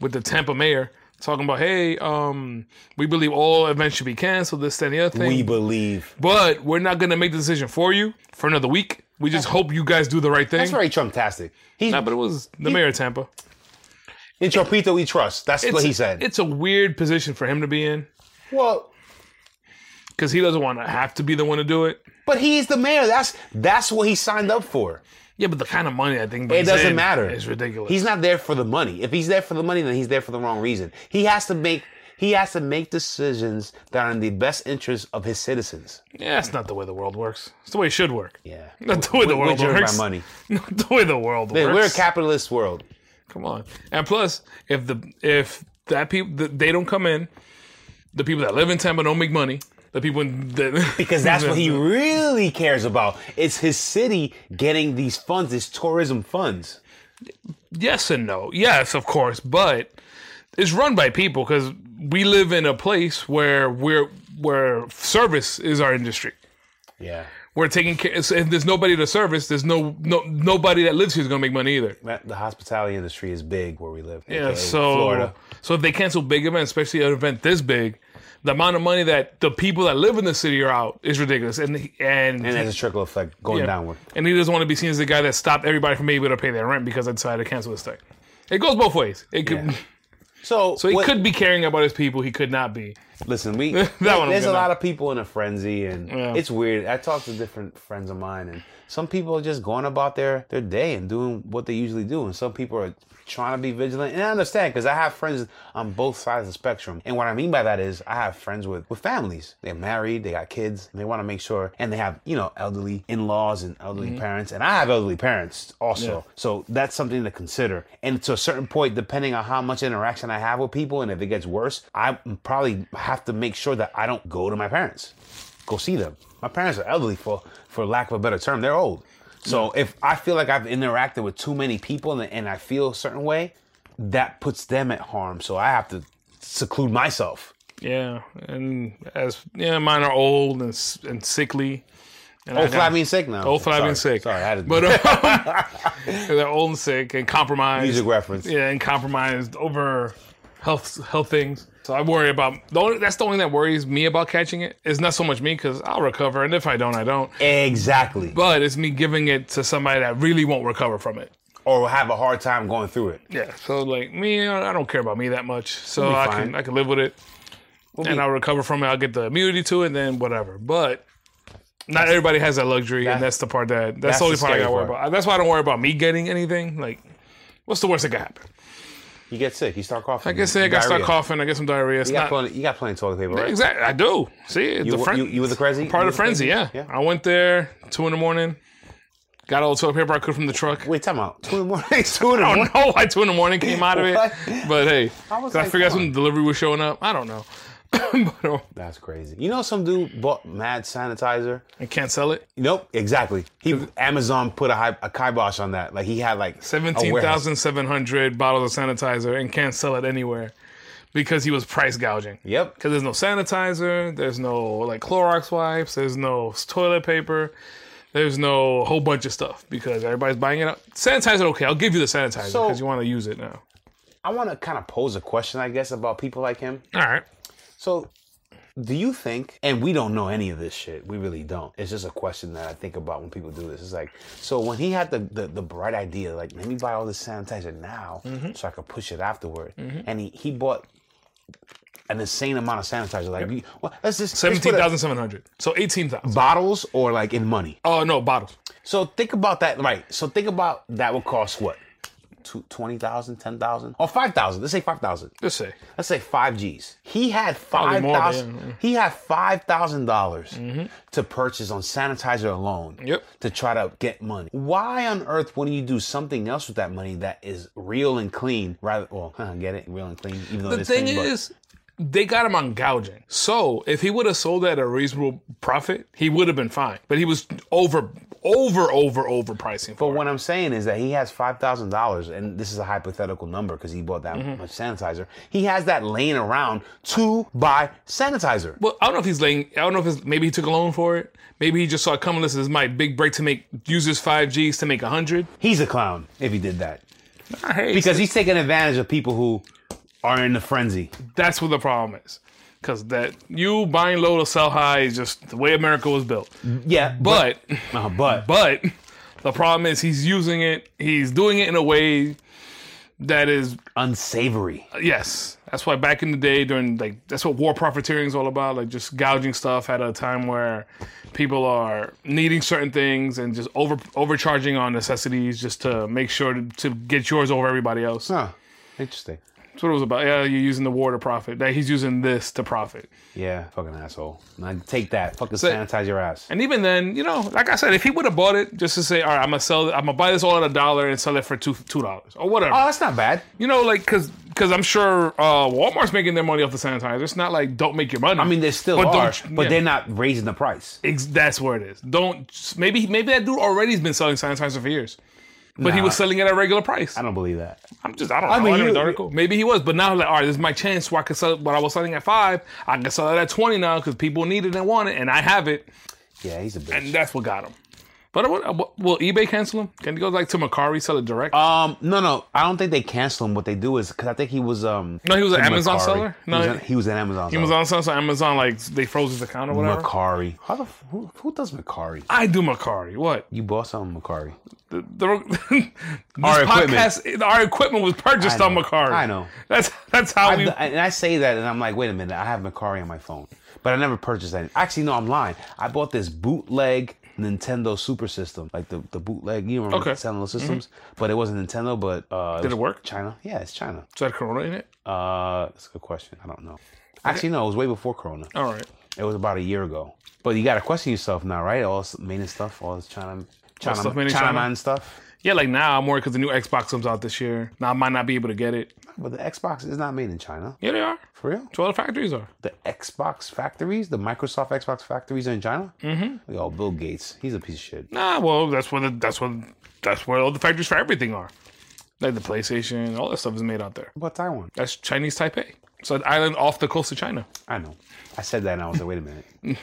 S1: with the Tampa mayor talking about, "Hey, um, we believe all events should be canceled. This, that, and the other thing,
S2: We believe.
S1: but we're not going to make the decision for you for another week. We just hope you guys do the right thing."
S2: That's very Trumptastic. He's
S1: Nah, but it was the mayor of Tampa.
S2: In Chopito we trust. That's what he said.
S1: It's a weird position for him to be in
S2: well,
S1: because he doesn't want to have to be the one to do it.
S2: but he's the mayor. That's that's what he signed up for.
S1: Yeah, but the kind of money I think
S2: It
S1: brings
S2: doesn't
S1: in
S2: matter.
S1: is ridiculous.
S2: He's not there for the money. If he's there for the money, then he's there for the wrong reason. He has to make he has to make decisions that are in the best interest of his citizens.
S1: yeah, that's not the way the world works. It's the way it should work.
S2: Yeah.
S1: Not the way the
S2: We're
S1: world
S2: driven by
S1: works.
S2: money.
S1: Not the way the world
S2: Man, we're a
S1: works.
S2: capitalist world.
S1: Come on. And plus, if the if that people they don't come in, the people that live in Tampa don't make money. The people in the,
S2: Because that's what he really cares about. It's his city getting these funds, these tourism funds.
S1: Yes and no. Yes, of course, but it's run by people because we live in a place where we're where service is our industry.
S2: Yeah.
S1: We're taking care. it's- If there's nobody to service, there's no no nobody that lives here is gonna make money either.
S2: The hospitality industry is big where we live.
S1: Yeah,
S2: aka
S1: so
S2: Florida.
S1: so if they cancel big events, especially an event this big, the amount of money that the people that live in the city are out is ridiculous, and he- and
S2: And there's a trickle effect going
S1: yeah.
S2: downward.
S1: and he doesn't want to be seen as the guy that stopped everybody from being able to pay their rent because I decided to cancel this thing. It goes both ways. It could
S2: Yeah. So,
S1: so he could be caring about his people. He could not be.
S2: Listen, we
S1: That one
S2: there's
S1: I'm good
S2: a lot of people in a frenzy, and it's weird. I talk to different friends of mine, and some people are just going about their their day and doing what they usually do, and some people are trying to be vigilant. And I understand because I have friends on both sides of the spectrum, and what I mean by that is I have friends with with families. They're married, they got kids, and they want to make sure, and they have you know elderly in laws and elderly parents, and I have elderly parents also, so that's something to consider. And to a certain point, depending on how much interaction I have with people, and if it gets worse, I probably have to make sure that I don't go to my parents, go see them. My parents are elderly for for lack of a better term, they're old. So if I feel like I've interacted with too many people and, and I feel a certain way, that puts them at harm. So I have to seclude myself.
S1: Yeah, and as yeah, mine are old and s- and sickly. And
S2: Hopefully, I mean Oh, sick now.
S1: Hopefully, I've been
S2: Sorry.
S1: Oh, sick.
S2: Sorry, I had to
S1: but um, they're old and sick and compromised.
S2: music reference.
S1: Yeah, and compromised over health health things. So I worry about the only, that's the only thing that worries me about catching it. It's not so much me because I'll recover, and if I don't, I don't.
S2: Exactly.
S1: But it's me giving it to somebody that really won't recover from it.
S2: Or have a hard time going through it.
S1: Yeah. So like me, I don't care about me that much. So I
S2: fine.
S1: can I can live with it, and
S2: be-
S1: I'll recover from it. I'll get the immunity to it, and then whatever. But not everybody has that luxury, and
S2: that-
S1: that's the part that that's,
S2: that's
S1: the only
S2: the
S1: part I
S2: scary
S1: got to worry
S2: part.
S1: about. That's why I don't worry about me getting anything. Like, what's the worst that could happen?
S2: You get sick. You start coughing.
S1: I guess I got start
S2: Diarrhea.
S1: coughing. I get some diarrhea. It's
S2: You got,
S1: not
S2: plenty, you got plenty of toilet paper, right?
S1: exactly. I do see it's
S2: You,
S1: the
S2: were-
S1: fren-
S2: you, you were the crazy?
S1: part
S2: you
S1: of the
S2: were
S1: frenzy. Yeah.
S2: Yeah.
S1: I went there two in the morning. Got all the toilet paper I could from the truck.
S2: Wait, time out. Two in the morning. Two in
S1: I
S2: the morning.
S1: don't know why two in the morning came out of it,
S2: What?
S1: but hey,
S2: I was
S1: 'cause I,
S2: like,
S1: figured out
S2: come
S1: when the delivery was showing up. I don't know, but um,
S2: That's crazy. You know, some dude bought mad sanitizer.
S1: I can't sell it.
S2: Nope, exactly. He Amazon put a, hi- a kibosh on that. Like he had like a
S1: Seventeen
S2: warehouse.
S1: thousand seven hundred bottles of sanitizer and can't sell it anywhere because he was price gouging.
S2: Yep.
S1: Because there's no sanitizer, there's no like Clorox wipes, there's no s- toilet paper, there's no whole bunch of stuff because everybody's buying it up. Sanitizer, okay, I'll give you the sanitizer because
S2: So-
S1: you want to use it now.
S2: I want to kind of pose a question, I guess, about people like him.
S1: All right.
S2: So, do you think, and we don't know any of this shit, we really don't. It's just a question that I think about when people do this. It's like, so when he had the, the, the bright idea, like, let me buy all this sanitizer now
S1: Mm-hmm.
S2: so I could push it afterward, and he, he bought an insane amount of sanitizer. Like, we- well, let's just let's put
S1: Seventeen
S2: it-
S1: thousand seven hundred. So eighteen thousand.
S2: bottles or like in money.
S1: Oh no, bottles.
S2: So think about that, right? So think about that would cost what? Two- 20,000, 10,000, or 5,000. Let's say 5,000.
S1: Let's say.
S2: Let's say 5 Gs. He had
S1: Probably more,
S2: 5,000
S1: yeah,
S2: he had $5,000 dollars to purchase on sanitizer alone
S1: Yep.
S2: to try to get money. Why on earth wouldn't you do something else with that money that is real and clean rather well, huh, get it? Real and clean even though
S1: The
S2: this
S1: thing
S2: but-
S1: is, they got him on gouging. So if he would have sold at a reasonable profit, he would have been fine. But he was over, over, over, overpricing
S2: But
S1: for it.
S2: what I'm saying is that he has five thousand dollars, and this is a hypothetical number because he bought that
S1: Mm-hmm.
S2: much sanitizer. He has that laying around to buy sanitizer.
S1: Well, I don't know if he's laying. I don't know if it's, maybe he took a loan for it. Maybe he just saw it coming. This is my big break to make users five Gs to make a hundred.
S2: He's a clown if he did that
S1: because
S2: because he's taking advantage of people who are in the frenzy.
S1: that's what the problem is. Because that you buying low to sell high is just the way America was built.
S2: Yeah,
S1: But
S2: uh, but
S1: But the problem is he's using it. He's doing it in a way that is
S2: unsavory.
S1: yes. That's why back in the day during like that's what war profiteering is all about, like just gouging stuff at a time where people are needing certain things and just over overcharging on necessities just to make sure to, to get yours over everybody else.
S2: Huh. Interesting.
S1: That's what it was about. Yeah, you're using the war to profit. That he's using this to profit.
S2: Yeah, fucking asshole. Now take that. Fucking sanitize your ass.
S1: And even then, you know, like I said, if he would have bought it just to say, all right, I'm gonna sell, I'm gonna buy this all at a dollar and sell it for two two dollars or whatever.
S2: Oh, that's not bad.
S1: you know, like because because I'm sure uh, Walmart's making their money off the sanitizer. It's not like don't make your money.
S2: I mean, they still
S1: But
S2: are,
S1: don't-
S2: but
S1: yeah.
S2: they're not raising the price.
S1: Ex- that's where it is. Don't maybe maybe that dude already's been selling sanitizer for years, but he
S2: Nah.
S1: was selling it at a regular price.
S2: I don't believe that.
S1: I'm just I don't know.
S2: mean,
S1: I didn't read
S2: you-
S1: the article. Maybe he was, but now like all right, this is my chance. So I could sell it. What I was selling at five, I can sell it at twenty now because people need it and want it, and I have it,
S2: Yeah, he's a bitch.
S1: and that's what got him. But uh, what, what- will eBay cancel him? Can he go like to Macari sell it direct?
S2: Um, no, no, I don't think they cancel him. What they do is because I think he was um.
S1: No, he was an Amazon
S2: Mercari.
S1: seller?
S2: He
S1: No,
S2: was, an, he was an Amazon. He
S1: Amazon sells so Amazon like they froze his account or whatever.
S2: Macari. How the f- who, who does Macari?
S1: I do Macari. What
S2: You bought some Macari.
S1: the, the this
S2: Our equipment.
S1: podcast? Our equipment was purchased
S2: I
S1: on
S2: know.
S1: Macari.
S2: I know.
S1: That's that's how
S2: I,
S1: we.
S2: and I say that, and I'm like, wait a minute, I have Macari on my phone, but I never purchased that. Actually, no, I'm lying. I bought this bootleg Nintendo Super System, like the, the bootleg. You remember
S1: Okay. Mm-hmm.
S2: selling those systems, but it wasn't Nintendo. But uh,
S1: Did it
S2: was
S1: work?
S2: China? Yeah, it's China.
S1: Is that Corona in it?
S2: Uh, that's a good question. I don't know. Actually, no, it was way before Corona.
S1: All right.
S2: It was about a year ago. But you got to question yourself now, right? All this mania stuff, all this China,
S1: stuff
S2: China, China,
S1: made in China?
S2: man stuff.
S1: Yeah, like now I'm worried because the new Xbox comes out this year. Now I might not be able to get it.
S2: But the Xbox is not made in China,
S1: Yeah, they are.
S2: for real.
S1: Two other factories are.
S2: The Xbox factories, the Microsoft Xbox factories are in China. Mm-hmm. Yo, Bill Gates, he's a piece of shit.
S1: Nah, well that's where the, that's what that's where all the factories for everything are. Like the PlayStation, all that stuff is made out there.
S2: What about Taiwan?
S1: That's Chinese Taipei. It's an island off the coast of China.
S2: I know. I said that, and I was like, wait a minute.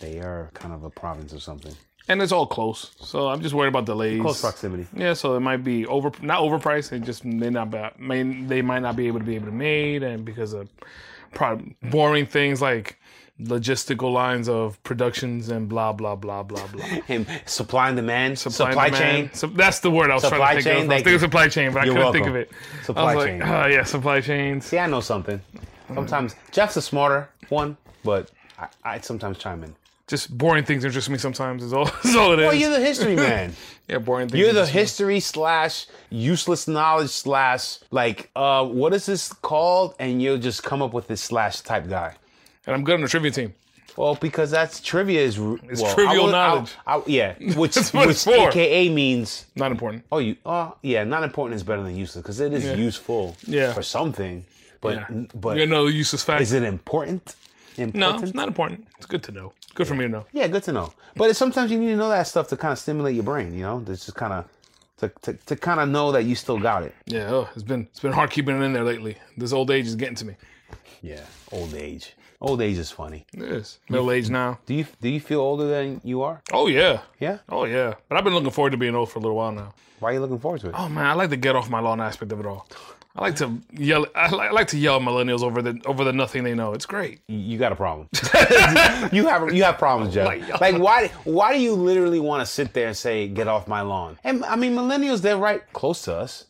S2: they are kind of a province or something.
S1: and it's all close. So I'm just worried about delays.
S2: Close proximity.
S1: Yeah, so it might be over, not overpriced. It just may not be, may they might not be able to be able to made, and because of probably boring things like logistical lines of productions and blah blah blah blah blah.
S2: And supply and demand, supply,
S1: Blind
S2: chain.
S1: Man. So that's the word I was
S2: Supply
S1: trying to think
S2: chain,
S1: of. I was
S2: thank
S1: thinking
S2: you.
S1: supply chain, but
S2: You're
S1: I couldn't think of it.
S2: welcome. Supply
S1: I was
S2: chain.
S1: Like, oh, yeah, supply chains.
S2: See, I know something. Sometimes Jeff's a smarter one, but I, I sometimes chime in.
S1: Just boring things interest me sometimes. Is all. Is all it is.
S2: Oh, you're the history man.
S1: yeah, boring things.
S2: You're the
S1: interest me.
S2: history slash useless knowledge slash like uh what is this called? And you'll just come up with this slash type guy.
S1: And I'm good on the trivia team.
S2: Well, because that's trivia is it's
S1: trivial knowledge.
S2: yeah, which
S1: That's what it's
S2: which
S1: for.
S2: AKA means
S1: Not important.
S2: oh you oh yeah, not important is better than useless because it is useful
S1: Yeah.
S2: for something, but
S1: Yeah.
S2: but
S1: you know, useless facts.
S2: is it important?
S1: No,
S2: Important?
S1: it's not important. It's good to know. Good for me to know.
S2: Yeah, good to know. But it's, sometimes you need to know that stuff to kind of stimulate your brain. You know, to just kind of to, to, to kind of know that you still got it.
S1: Yeah, oh, it's been it's been hard keeping it in there lately. This old age is getting to me.
S2: Yeah, old age. Old age is funny.
S1: It is middle age now.
S2: Do you do you feel older than you are?
S1: Oh yeah,
S2: Yeah.
S1: oh yeah. But I've been looking forward to being old for a little while now.
S2: Why are you looking forward to it?
S1: Oh man, I like the get off my lawn aspect of it all. I like to yell. I like, I like to yell at millennials over the over the nothing they know. It's great.
S2: You got a problem. you have you have problems, Jeff.
S1: my God.
S2: Like why why do you literally want to sit there and say get off my lawn? And I mean millennials, they're right close to us,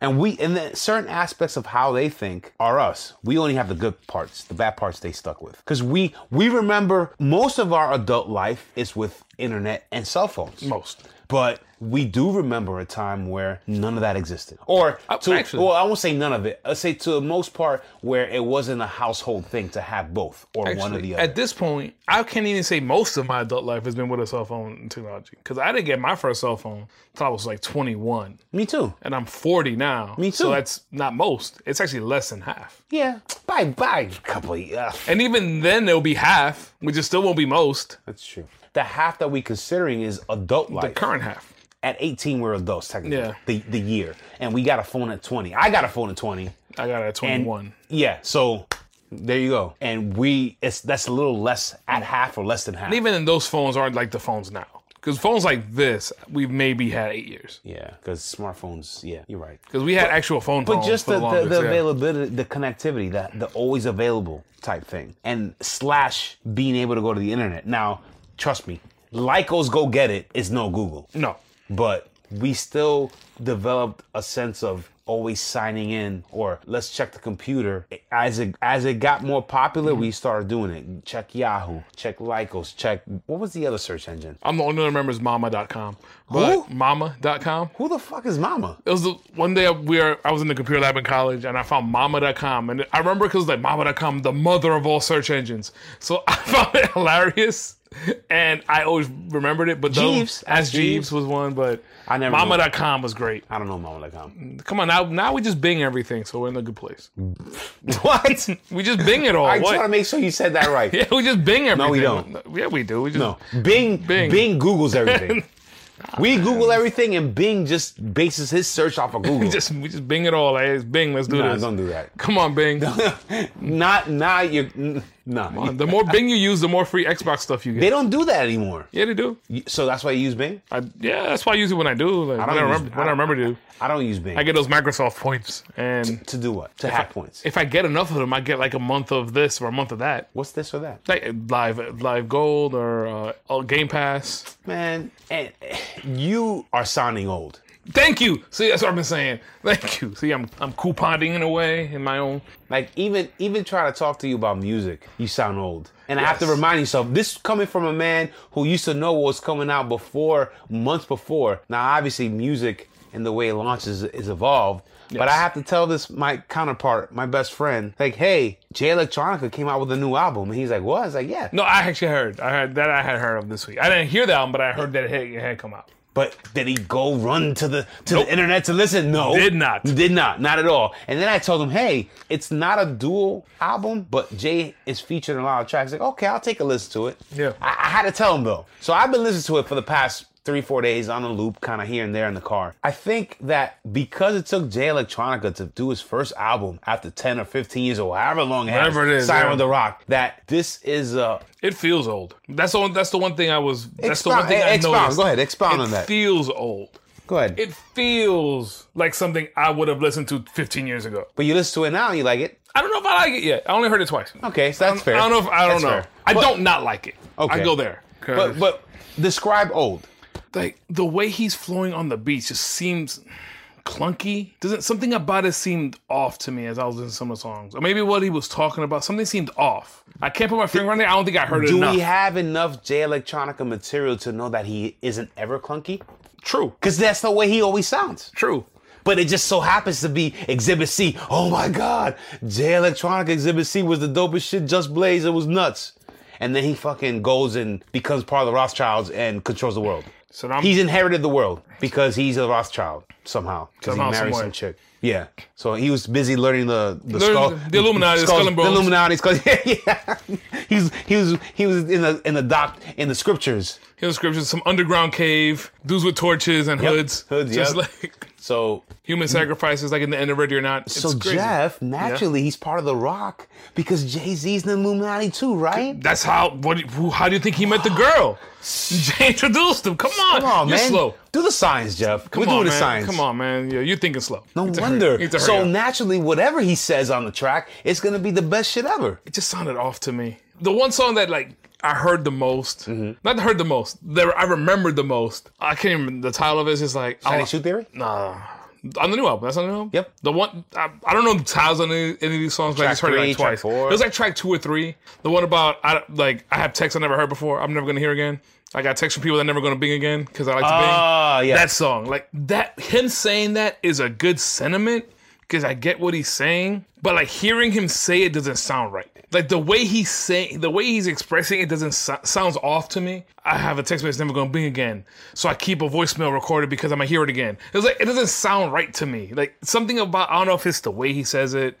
S2: and we and then certain aspects of how they think are us. We only have the good parts. The bad parts they stuck with because we we remember most of our adult life is with internet and cell phones.
S1: Most.
S2: But we do remember a time where none of that existed. Or, to,
S1: Uh, actually-
S2: well, I won't say none of it. I'll say to the most part where it wasn't a household thing to have both or one or
S1: Actually,
S2: the other.
S1: At this point, I can't even say most of my adult life has been with a cell phone and technology because I didn't get my first cell phone until I was like 21,
S2: Me too.
S1: and I'm 40 now.
S2: Me
S1: So
S2: too.
S1: that's not most. It's actually less than half.
S2: Yeah. Bye bye, couple of yeah.
S1: And even then, it'll be half, which it still won't be most.
S2: That's true. The half that we're considering is adult
S1: The
S2: life.
S1: current half.
S2: at 18, we're adults, technically.
S1: Yeah.
S2: The, the year. And we got a phone at 20. I got a phone at 20.
S1: I got it at
S2: And
S1: 21.
S2: yeah, so there you go. And we, it's that's a little less at half or less than half.
S1: And even then, those phones aren't like the phones now. Because phones like this, we've maybe had eight years.
S2: Yeah, because smartphones. Yeah, you're right.
S1: Because we had actual phone
S2: But
S1: phones.
S2: just
S1: Oh, for
S2: the,
S1: the,
S2: the,
S1: longest,
S2: the
S1: yeah.
S2: availability, the connectivity, the, the always available type thing, and slash being able to go to the internet. Now, trust me, Lycos Go Get It is no Google.
S1: No.
S2: But we still developed a sense of always signing in or let's check the computer. As it as it got more popular, we started doing it. Check Yahoo, check Lycos, check what was the other search engine?
S1: I'm the only one that remembers mama.com. But
S2: Who?
S1: mama.com.
S2: Who the fuck is Mama?
S1: It was the, one day we were, I was in the computer lab in college and I found mama.com. And I remember because like mama.com, the mother of all search engines. So I found it hilarious. And I always remembered it. But though-
S2: Jeeves.
S1: as Jeeves was one, but
S2: I never knew.
S1: mama.com was great.
S2: I don't know Mama.com.
S1: Come on, now now we just bing everything, so we're in a good place.
S2: what?
S1: We just bing it all.
S2: I just
S1: Oh, What?
S2: want to make sure you said that right.
S1: Yeah, we just bing everything.
S2: we
S1: Yeah, we do. We just
S2: No, Bing,
S1: Bing.
S2: Bing, Google's everything. we Google everything, and Bing just bases his search off of Google.
S1: we just we just bing it all. Like, it's bing, let's do
S2: nah,
S1: this.
S2: don't do that.
S1: Come on, Bing.
S2: not, not you. n- Nah,
S1: the more Bing you use, the more free Xbox stuff you get.
S2: they don't do that anymore.
S1: yeah, they do.
S2: You- So that's why you use Bing.
S1: I, yeah, that's why I use it when I do. Like, when I
S2: don't use-
S1: remember, when I remember to, do.
S2: I don't use Bing
S1: I get those Microsoft points, and
S2: to do what? To hack points.
S1: if I get enough of them, I get like a month of this or a month of that.
S2: What's this or that?
S1: Like live, live gold or uh, oh, Game Pass.
S2: Man, and you are sounding old.
S1: Thank you. See, that's what I've been saying. Thank you. See, I'm I'm couponing in a way in my own.
S2: Like even even trying to talk to you about music, you sound old. And I have to
S1: Yes.
S2: remind yourself, this coming from a man who used to know what was coming out before months before. Now obviously music and the way it launches is evolved. But I
S1: Yes.
S2: have to tell this my counterpart, my best friend, like, hey, Jay Electronica came out with a new album. And he's like, What? I was like, Yeah.
S1: No, I actually heard. I heard that I had heard of this week. I didn't hear that one, but I heard that it had, it had come out.
S2: But did he go run to the to the internet to listen? No,
S1: Did not.
S2: did not, not at all. And then I told him, hey, it's not a dual album, but Jay is featured in a lot of tracks. Like, okay, I'll take a listen to it.
S1: Yeah.
S2: I, I had to tell him though. So I've been listening to it for the past three, four days on a loop, kind of here and there in the car. I think that because it took Jay Electronica to do his first album after ten or fifteen years or however long, it
S1: Whatever
S2: has,
S1: it is,
S2: Siren
S1: yeah.
S2: of the Rock, that this is a
S1: It feels old. That's the one. That's the one thing I was. That's the one
S2: Expound-
S1: thing I
S2: expound.
S1: noticed.
S2: Go ahead, expound
S1: it
S2: on that.
S1: Feels old.
S2: go ahead.
S1: It feels like something I would have listened to 15 years ago.
S2: but you listen to it now, and you like it.
S1: I don't know if I like it yet. I only heard it twice.
S2: Okay, so that's fair.
S1: I don't know if I don't
S2: That's
S1: know.
S2: fair.
S1: I
S2: But-
S1: don't not like it. I
S2: Okay.
S1: go there. 'Cause,
S2: But but describe old.
S1: like the way he's flowing on the beach just seems clunky. Doesn't something about it seemed off to me as I was listening to some of the songs, or maybe what he was talking about. Something seemed off. I can't put my finger on it. I don't think I heard it
S2: Do
S1: enough.
S2: we have enough Jay Electronica material to know that he isn't ever clunky?
S1: true.
S2: Because that's the way he always sounds.
S1: True.
S2: But it just so happens to be Exhibit C. Oh my God, Jay Electronica Exhibit C was the dopest shit. Just Blaze, it was nuts. And then he fucking goes and becomes part of the Rothschilds and controls the world.
S1: So now I'm,
S2: He's inherited the world because he's a Rothschild somehow. Because he
S1: Somehow,
S2: married
S1: somewhere.
S2: some chick. Yeah. So he was busy learning the the,
S1: Learn
S2: skull,
S1: the- the Illuminati, the Skull and Bones.
S2: The Illuminati, skull, yeah, yeah. He's he was he was in the in the doc in the scriptures.
S1: in the scriptures, some underground cave, dudes with torches and hoods,
S2: Hoods,
S1: just
S2: yep.
S1: like
S2: So
S1: human sacrifices, like in the end of Ready or Not. It's
S2: so
S1: crazy.
S2: Jeff naturally he's part of the Rock because Jay Z's an Illuminati too, right?
S1: That's how. What? do you- who- How do you think he met the girl? Jay introduced him. Come on,
S2: Come on,
S1: You're
S2: man.
S1: slow.
S2: Do the science, Jeff.
S1: Come
S2: We're doing
S1: on,
S2: the
S1: man.
S2: science.
S1: Come on, man. Yeah, you're thinking slow.
S2: No
S1: Need to hurry-
S2: wonder.
S1: need to hurry
S2: so
S1: up.
S2: naturally, whatever he says on the track, it's gonna be the best shit ever.
S1: it just sounded off to me. The one song that like I heard the most,
S2: Mm-hmm.
S1: not heard the most, that I remembered the most. I can't even. The title of it is just like
S2: Any
S1: I'll-
S2: shoot theory?
S1: Nah. On the new album, that's on the new album.
S2: Yep.
S1: The one I, I don't know the titles on any, any of these songs, but I just heard it
S2: three,
S1: like
S2: track
S1: twice.
S2: four.
S1: It was like track two or three. The one about I like I have texts I never heard before. I'm never gonna hear again. I got texts from people that never gonna bing again because I like to bing.
S2: Ah, yeah.
S1: That song, like that, him saying that is a good sentiment because I get what he's saying, but like hearing him say it doesn't sound right. Like the way he's saying, the way he's expressing it doesn't so- sounds off to me. I have a text message never gonna bing again, so I keep a voicemail recorded because I'm gonna hear it again. It was like it doesn't sound right to me. Like something about I don't know if it's the way he says it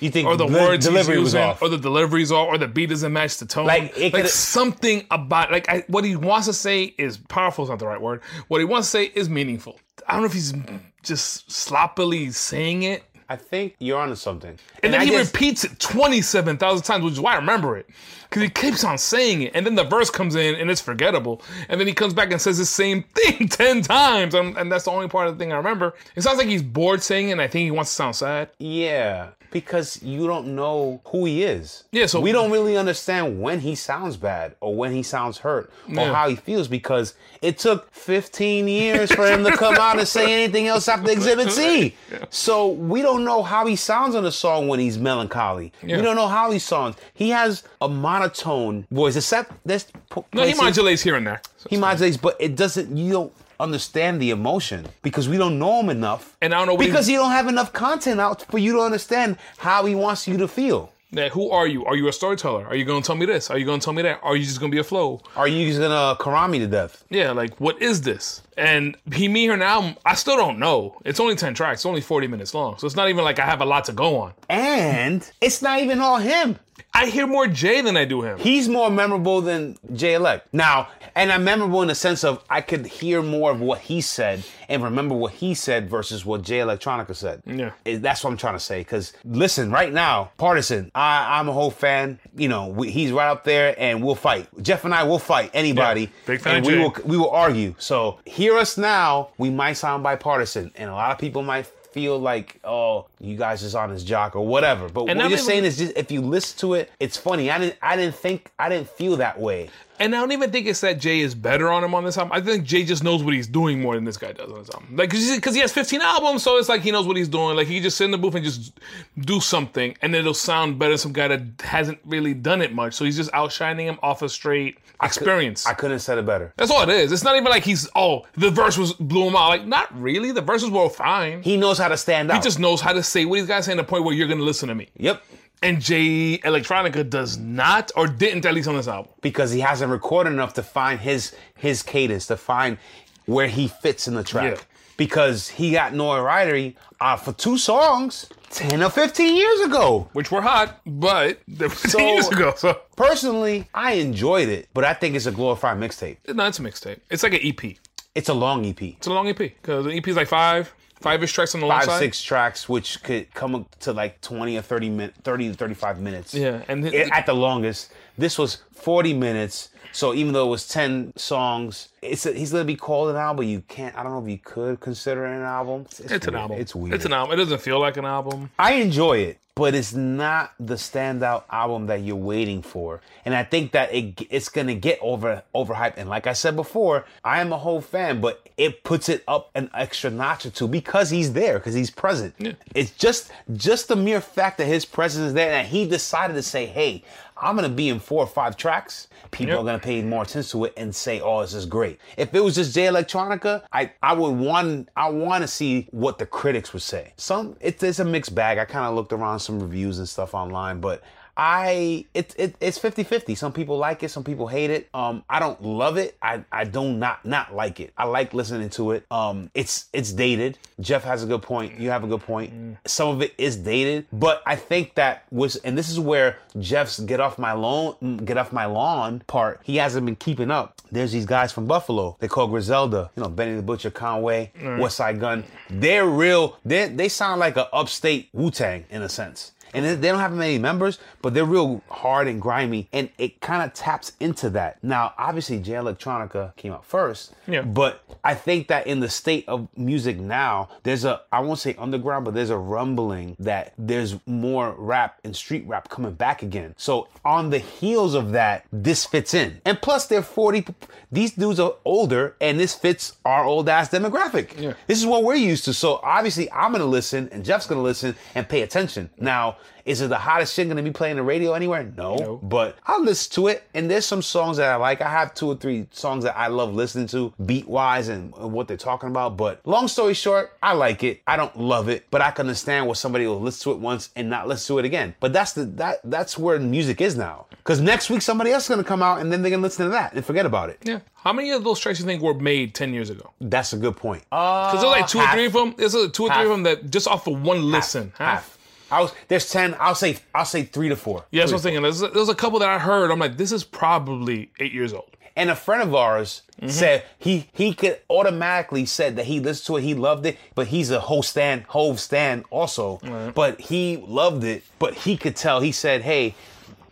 S2: you think
S1: or the
S2: deli-
S1: words
S2: delivery
S1: he's
S2: was
S1: using,
S2: off?
S1: or the delivery's off, or the beat doesn't match the tone.
S2: Like, it
S1: like
S2: coulda-
S1: something about like I, what he wants to say is powerful. Is not the right word. What he wants to say is meaningful. I don't know if he's just sloppily saying it.
S2: I think you're onto something.
S1: And, then
S2: I
S1: he
S2: guess-
S1: repeats it 27,000 times, which is why I remember it. Because he keeps on saying it. And then the verse comes in and it's forgettable. And then he comes back and says the same thing 10 times. And, and that's the only part of the thing I remember. It sounds like he's bored saying it, and I think he wants to sound sad.
S2: Yeah, because you don't know who he is.
S1: Yeah, so-
S2: we don't really understand when he sounds bad or when he sounds hurt or
S1: Yeah.
S2: how he feels because it took 15 years for him to come out and say anything else after Exhibit C. So we don't know how he sounds on the song when he's melancholy.
S1: Yeah.
S2: We don't know how he sounds. He has a monotone voice, except this.
S1: No, he modulates here and there.
S2: He modulates, but it doesn't. You don't understand the emotion because we don't know him enough.
S1: And I don't know what he-
S2: because you don't have enough content out for you to understand how he wants you to feel.
S1: Now, who are you? Are you a storyteller? Are you going to tell me this? Are you going to tell me that? Are you just going to be a flow?
S2: Are you just gonna karami to death?
S1: Yeah, like, what is this? And he, me, her, now, I still don't know. It's only 10 tracks, it's only 40 minutes long. So it's not even like I have a lot to go on.
S2: And it's not even all him.
S1: I hear more Jay than I do him.
S2: He's more memorable than J Elect. Now, and I'm memorable in the sense of I could hear more of what he said and remember what he said versus what J Electronica said.
S1: Yeah.
S2: It- that's what I'm trying to say. Because listen, right now, Partisan, I, I'm a whole fan. You know, we, he's right up there, and we'll fight. Jeff and I will fight anybody.
S1: Yeah, big fan of
S2: and we
S1: Jay.
S2: will we will argue. So hear us now. We might sound bipartisan, and a lot of people might feel like, oh, you guys is on his jock or whatever. But what
S1: not
S2: we're just
S1: even-
S2: saying is, just if you listen to it, it's funny. I didn't I didn't think I didn't feel that way.
S1: And I don't even think it's that Jay is better on him on this album. I think Jay just knows what he's doing more than this guy does on his album. Like, because he has 15 albums, so it's like he knows what he's doing. Like, he can just sit in the booth and just do something, and it'll sound better than some guy that hasn't really done it much. So he's just outshining him off a straight experience.
S2: I couldn't have said it better.
S1: That's all it is. It's not even like he's, oh, the verse was blew him out. Like, not really. The verses were fine. He
S2: He knows how to stand out.
S1: just knows how to say what he's got to say in the point where you're going to listen to me.
S2: yep.
S1: And Jay Electronica does not, or didn't, at least on this album.
S2: Because he hasn't recorded enough to find his his cadence, to find where he fits in the track.
S1: Yeah.
S2: Because he got notoriety uh, for two songs ten or fifteen years ago.
S1: Which were hot, but they were 10 years ago. So
S2: Personally, I enjoyed it, but I think it's a glorified mixtape.
S1: No, it's a mixtape. It's like an EP. It's
S2: It's a long E EP,
S1: a long E EP because an EP is like five, five-ish tracks on the long
S2: five
S1: side.
S2: six tracks, which could come up to like twenty or thirty minutes, thirty to thirty five minutes.
S1: Yeah, and th-
S2: It- at the longest, this was forty minutes. So even though it was ten songs, it's a, he's gonna be called an album. You can't. I don't know if you could consider it an album. It's,
S1: it's an
S2: weird.
S1: album.
S2: It's weird.
S1: It's an album. It doesn't feel like an album.
S2: I enjoy it, but it's not the standout album that you're waiting for. And I think that it it's gonna get over overhyped. And like I said before, I am a whole fan, but it puts it up an extra notch or two because he's there, because he's present. It's just just the mere fact that his presence is there and that he decided to say, hey, I'm gonna be in four or five tracks. People
S1: Yep.
S2: are gonna pay more attention to it and say, "Oh, this is great." If it was just Jay Electronica, I I would want I want to see what the critics would say. Some it's it's a mixed bag. I kind of looked around some reviews and stuff online, but. I it, it it's 50-50. Some people like it, some people hate it. Um I don't love it. I I do not not like it. I like listening to it. Um it's it's dated. Jeff has a good point. You have a good point. Some of it is dated, but I think that was and this is where Jeff's get off my lawn get off my lawn part. He hasn't been keeping up. There's these guys from Buffalo. They call Griselda, you know, Benny the Butcher, Conway, West Side Gun. They're real. They they sound like an upstate Wu Tang in a sense. And they- they don't have many members, but they're real hard and grimy, and it kind of taps into that. Now, obviously, Jay Electronica came out first,
S1: Yeah.
S2: but I think that in the state of music now, there's a I won't say underground, but there's a rumbling that there's more rap and street rap coming back again. So on the heels of that, this fits in, and plus they're 40. These dudes are older, and this fits our old ass demographic.
S1: Yeah.
S2: This is what we're used to. So obviously, I'm gonna listen, and Jeff's gonna listen and pay attention. Now, is it the hottest shit gonna be playing the radio anywhere? No, but I'll listen to it. And there's some songs that I like. I have two or three songs that I love listening to, beat wise and and what they're talking about. But long story short, I like it. I don't love it, but I can understand where somebody will listen to it once and not listen to it again. But that's the that that's where music is now. Because next week somebody else is gonna come out and then they're gonna listen to that and forget about it.
S1: Yeah. How many of those tracks you think were made 10 years ago?
S2: That's a good point.
S1: Because there's like two
S2: Uh, half.
S1: or three of them. There's like two or three
S2: Half.
S1: of them that just off of one listen.
S2: half. I was there's ten. I'll say I'll say three to four.
S1: Yeah, that's
S2: Three
S1: what I'm thinking. There's, there's a couple that I heard. I'm like, this is probably eight years old.
S2: to- And a friend of ours
S1: Mm-hmm.
S2: said he he could automatically said that he listened to it, he loved it, but he's a whole stand, whole stand also. But he loved it, but he could tell. He said, "Hey,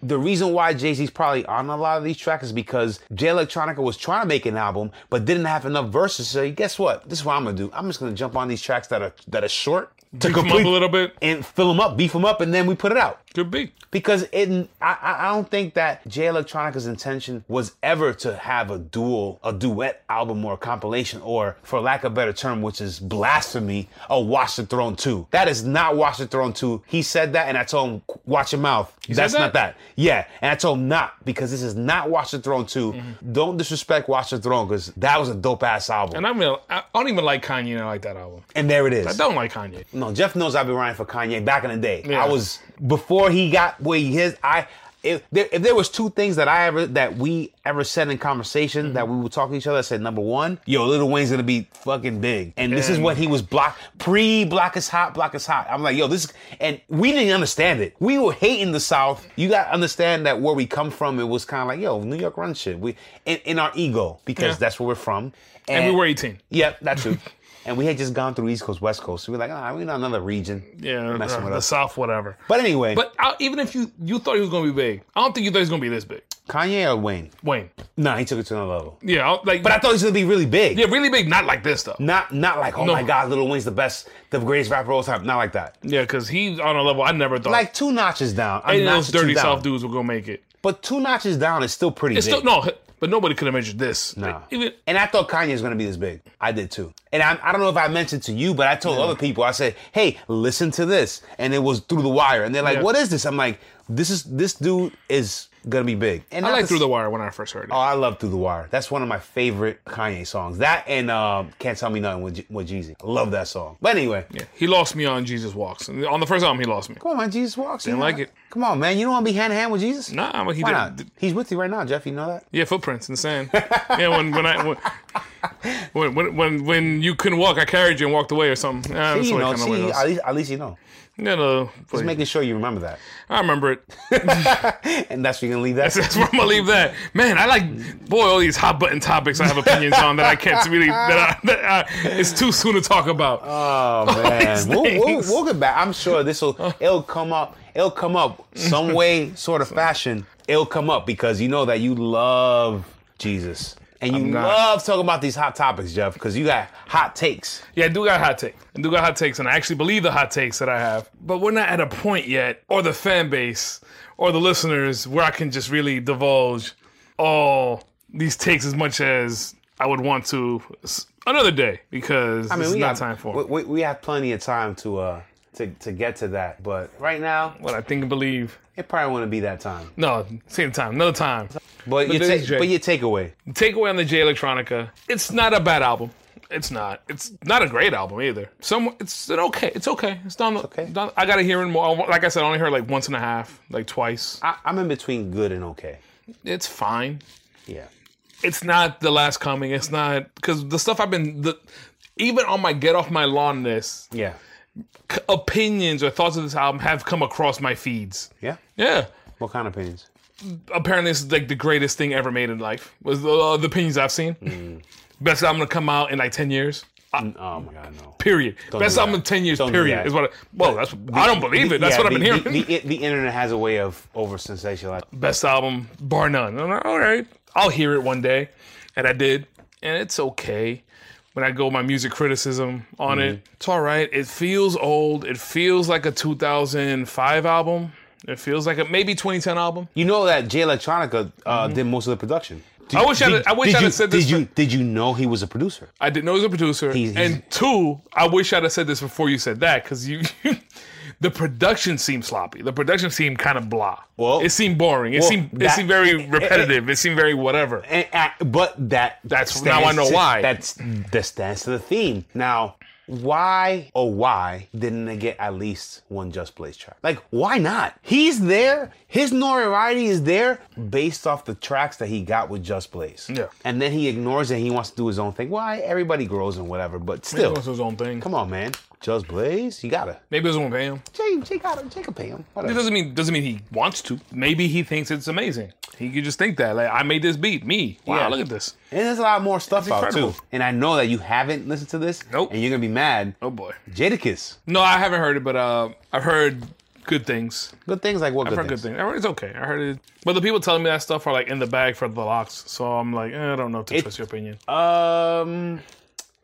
S2: the reason why Jay Z's probably on a lot of these tracks is because Jay Electronica was trying to make an album, but didn't have enough verses. So guess what? This is what I'm gonna do. I'm just gonna jump on these tracks that are that are short to
S1: Beef 'em up a little bit.
S2: and fill them up, beef them up, and then we put it out
S1: Could be.
S2: because it I, I I don't think that Jay Electronica's intention was ever to have a dual a duet album or a compilation or for lack of a better term which is blasphemy a Watch the Throne 2 that is not Watch the Throne 2 he said that and I told him watch your mouth that's
S1: said
S2: not that yeah and I told him not because this is not Watch the Throne 2 don't disrespect Watch the Throne because that was a dope ass album
S1: Mm-hmm. And I mean, I I don't even like Kanye. and I like that album.
S2: and there it is
S1: I don't like Kanye.
S2: no, Jeff knows I've been riding for Kanye back in the day.
S1: Yeah.
S2: I was before he got where he is. I if there, if there was two things that I ever that we ever said in conversation that we would talk to each other, I said number one, yo, Little Wayne's gonna be fucking big, and this is
S1: And-
S2: what he was block pre block is hot, block is hot. I'm like, yo, this, and we didn't understand it. We were hating the South. You got to understand that where we come from, it was kind of like, yo, New York run shit. We in, in our ego because
S1: Yeah.
S2: that's where we're from,
S1: And we were 18.
S2: yeah, that's true. and we had just gone through East Coast, West Coast. So we were like, ah, we're in another region.
S1: Yeah,
S2: Messing
S1: uh,
S2: with
S1: the
S2: us.
S1: South, whatever.
S2: But anyway,
S1: But I, even if you you thought he was gonna be big, I don't think you thought he was gonna be this big.
S2: Kanye or Wayne?
S1: Wayne.
S2: No, he took it to another level.
S1: Yeah, I- like,
S2: But I thought he was gonna be really big.
S1: yeah, really big, not like this though.
S2: Not not like, oh
S1: No.
S2: my God, Little Wayne's the best, the greatest rapper of all time. Not like that.
S1: Yeah, because he's on a level I never thought.
S2: Like two notches down. I'm
S1: any of those
S2: notch or two
S1: dirty
S2: down.
S1: South dudes were gonna make it.
S2: But two notches down is still pretty
S1: It's
S2: big.
S1: still no, but nobody could have measured this.
S2: Nah.
S1: Like, even
S2: and I thought Kanye was going to be this big. I did too. And I, I don't know if I mentioned to you, but I told other people, I said, hey, listen to this. And it was Through the Wire. And they're like,
S1: Yeah.
S2: what is this? I'm like, this is this dude is going to be big. And
S1: I
S2: not
S1: like
S2: to-
S1: Through the Wire when I first heard it.
S2: Oh, I love Through the Wire. That's one of my favorite Kanye songs. That and um, Can't Tell Me Nothing with, Je- with Jeezy. I love that song. But anyway,
S1: Yeah, he lost me on Jesus Walks. And On the first album, he lost me.
S2: come on, man. Jesus walks. Didn't
S1: like it.
S2: Come on, man. You don't want to be hand in hand with Jesus?
S1: Nah, I'm like, he
S2: Why
S1: didn't.
S2: not? He's with you right now, Jeff. You know that?
S1: Yeah, footprints in the sand. yeah, when when I when, when when when when you couldn't walk, I carried you and walked away or something. Yeah, that's
S2: See, you
S1: what
S2: know,
S1: kinda way it
S2: see,
S1: goes.
S2: at least, at least you know.
S1: Yeah, no, please.
S2: Just making sure you remember that.
S1: I remember it.
S2: And that's where you're going to leave that.
S1: That's where I'm gonna leave that. Man, I like boy all these hot button topics I have opinions on that I can't really that, I, that I, it's too soon to talk about.
S2: Oh man,
S1: these
S2: we'll, we'll,
S1: things.
S2: we'll get back. I'm sure this will it'll come up. It'll come up some way, sort of fashion. It'll come up because you know that you love Jesus and you
S1: not-
S2: love talking about these hot topics, Jeff, because you got hot takes.
S1: Yeah, I do got hot takes. I do got hot takes, and I actually believe the hot takes that I have. But we're not at a point yet, or the fan base, or the listeners, where I can just really divulge all these takes as much as I would want to s- another day because
S2: I mean,
S1: it's
S2: we
S1: not
S2: got
S1: time for
S2: we,
S1: it.
S2: we, we have plenty of time to uh to to get to that, but right now
S1: What I think and believe.
S2: it probably wouldn't be that time.
S1: No, same time, another time.
S2: But, your
S1: there is
S2: ta-
S1: Jay.
S2: but your takeaway,
S1: Takeaway on the J Electronica. It's not a bad album. It's not. It's not a great album either. Some. It's an okay. It's okay. It's not.
S2: okay.
S1: not- I gotta hear it more. Like I said, I only heard like once and a half, like twice.
S2: I, I'm in between good and okay.
S1: It's fine.
S2: Yeah,
S1: it's not the last coming. It's not because the stuff I've been the even on my get off my lawn list,
S2: yeah,
S1: c- opinions or thoughts of this album have come across my feeds.
S2: yeah.
S1: Yeah,
S2: What kind of opinions?
S1: apparently this is like the greatest thing ever made in life. Was the, uh, the opinions I've seen.
S2: Mm.
S1: Best album to come out in like ten years. Uh,
S2: Oh my God, no.
S1: period. Best
S2: do
S1: album
S2: that.
S1: in ten years.
S2: Don't do
S1: period
S2: that.
S1: is what. I, well, that's I don't believe it. That's
S2: Yeah,
S1: what I've
S2: the-
S1: been hearing.
S2: The, the, the internet has a way of over sensationalizing.
S1: best album bar none. I'm like, all right, I'll hear it one day, and I did, and it's okay. When I go my music criticism on it,
S2: Mm-hmm.
S1: it's all right. It feels old. It feels like a 2005 album. It feels like a maybe 2010 album.
S2: You know that Jay Electronica uh, did most of the production. Did-
S1: I wish I'd-
S2: did-
S1: Mm-hmm. I wish
S2: did
S1: I'd
S2: you-
S1: have said this
S2: Did you did you know he was a producer?
S1: I didn't know he was a producer,
S2: He's- he's-
S1: and two, I wish I'd have said this before you said that because you. The production seemed sloppy. The production seemed kind of blah.
S2: Well-
S1: it seemed boring. It
S2: well,
S1: seemed it
S2: that-
S1: seemed very repetitive. It, seemed very whatever.
S2: And, I- but that
S1: That's- now I know
S2: to-
S1: why.
S2: That's that stands to the theme. Now, why oh why didn't they get at least one Just Blaze track? Like why not? He's there. His notoriety is there based off the tracks that he got with Just Blaze.
S1: Yeah.
S2: And then he ignores it. and He wants to do his own thing. Why? Everybody grows and whatever. But
S1: It
S2: still,
S1: was his own thing.
S2: come on, man. Just Blaze, you gotta.
S1: Maybe it was one Bam.
S2: Jay, Jay gotta. Jay could pay him.
S1: It
S2: Whatever.
S1: doesn't mean doesn't mean he wants to. Maybe he thinks it's amazing. He could just think that. Like, I made this beat. Me. Wow,
S2: Yeah.
S1: look at this.
S2: And there's a lot more stuff out too.
S1: incredible.
S2: And I know that you haven't listened to this.
S1: Nope.
S2: And you're gonna be mad.
S1: Oh boy.
S2: Jadakiss.
S1: No, I haven't heard it, but uh, I've heard good things.
S2: Good things like what
S1: I've
S2: good
S1: heard
S2: things?
S1: good things. I heard it's okay. I heard it. But the people telling me that stuff are like in the bag for the locks. So I'm like, eh, I don't know if to trust your opinion.
S2: Um.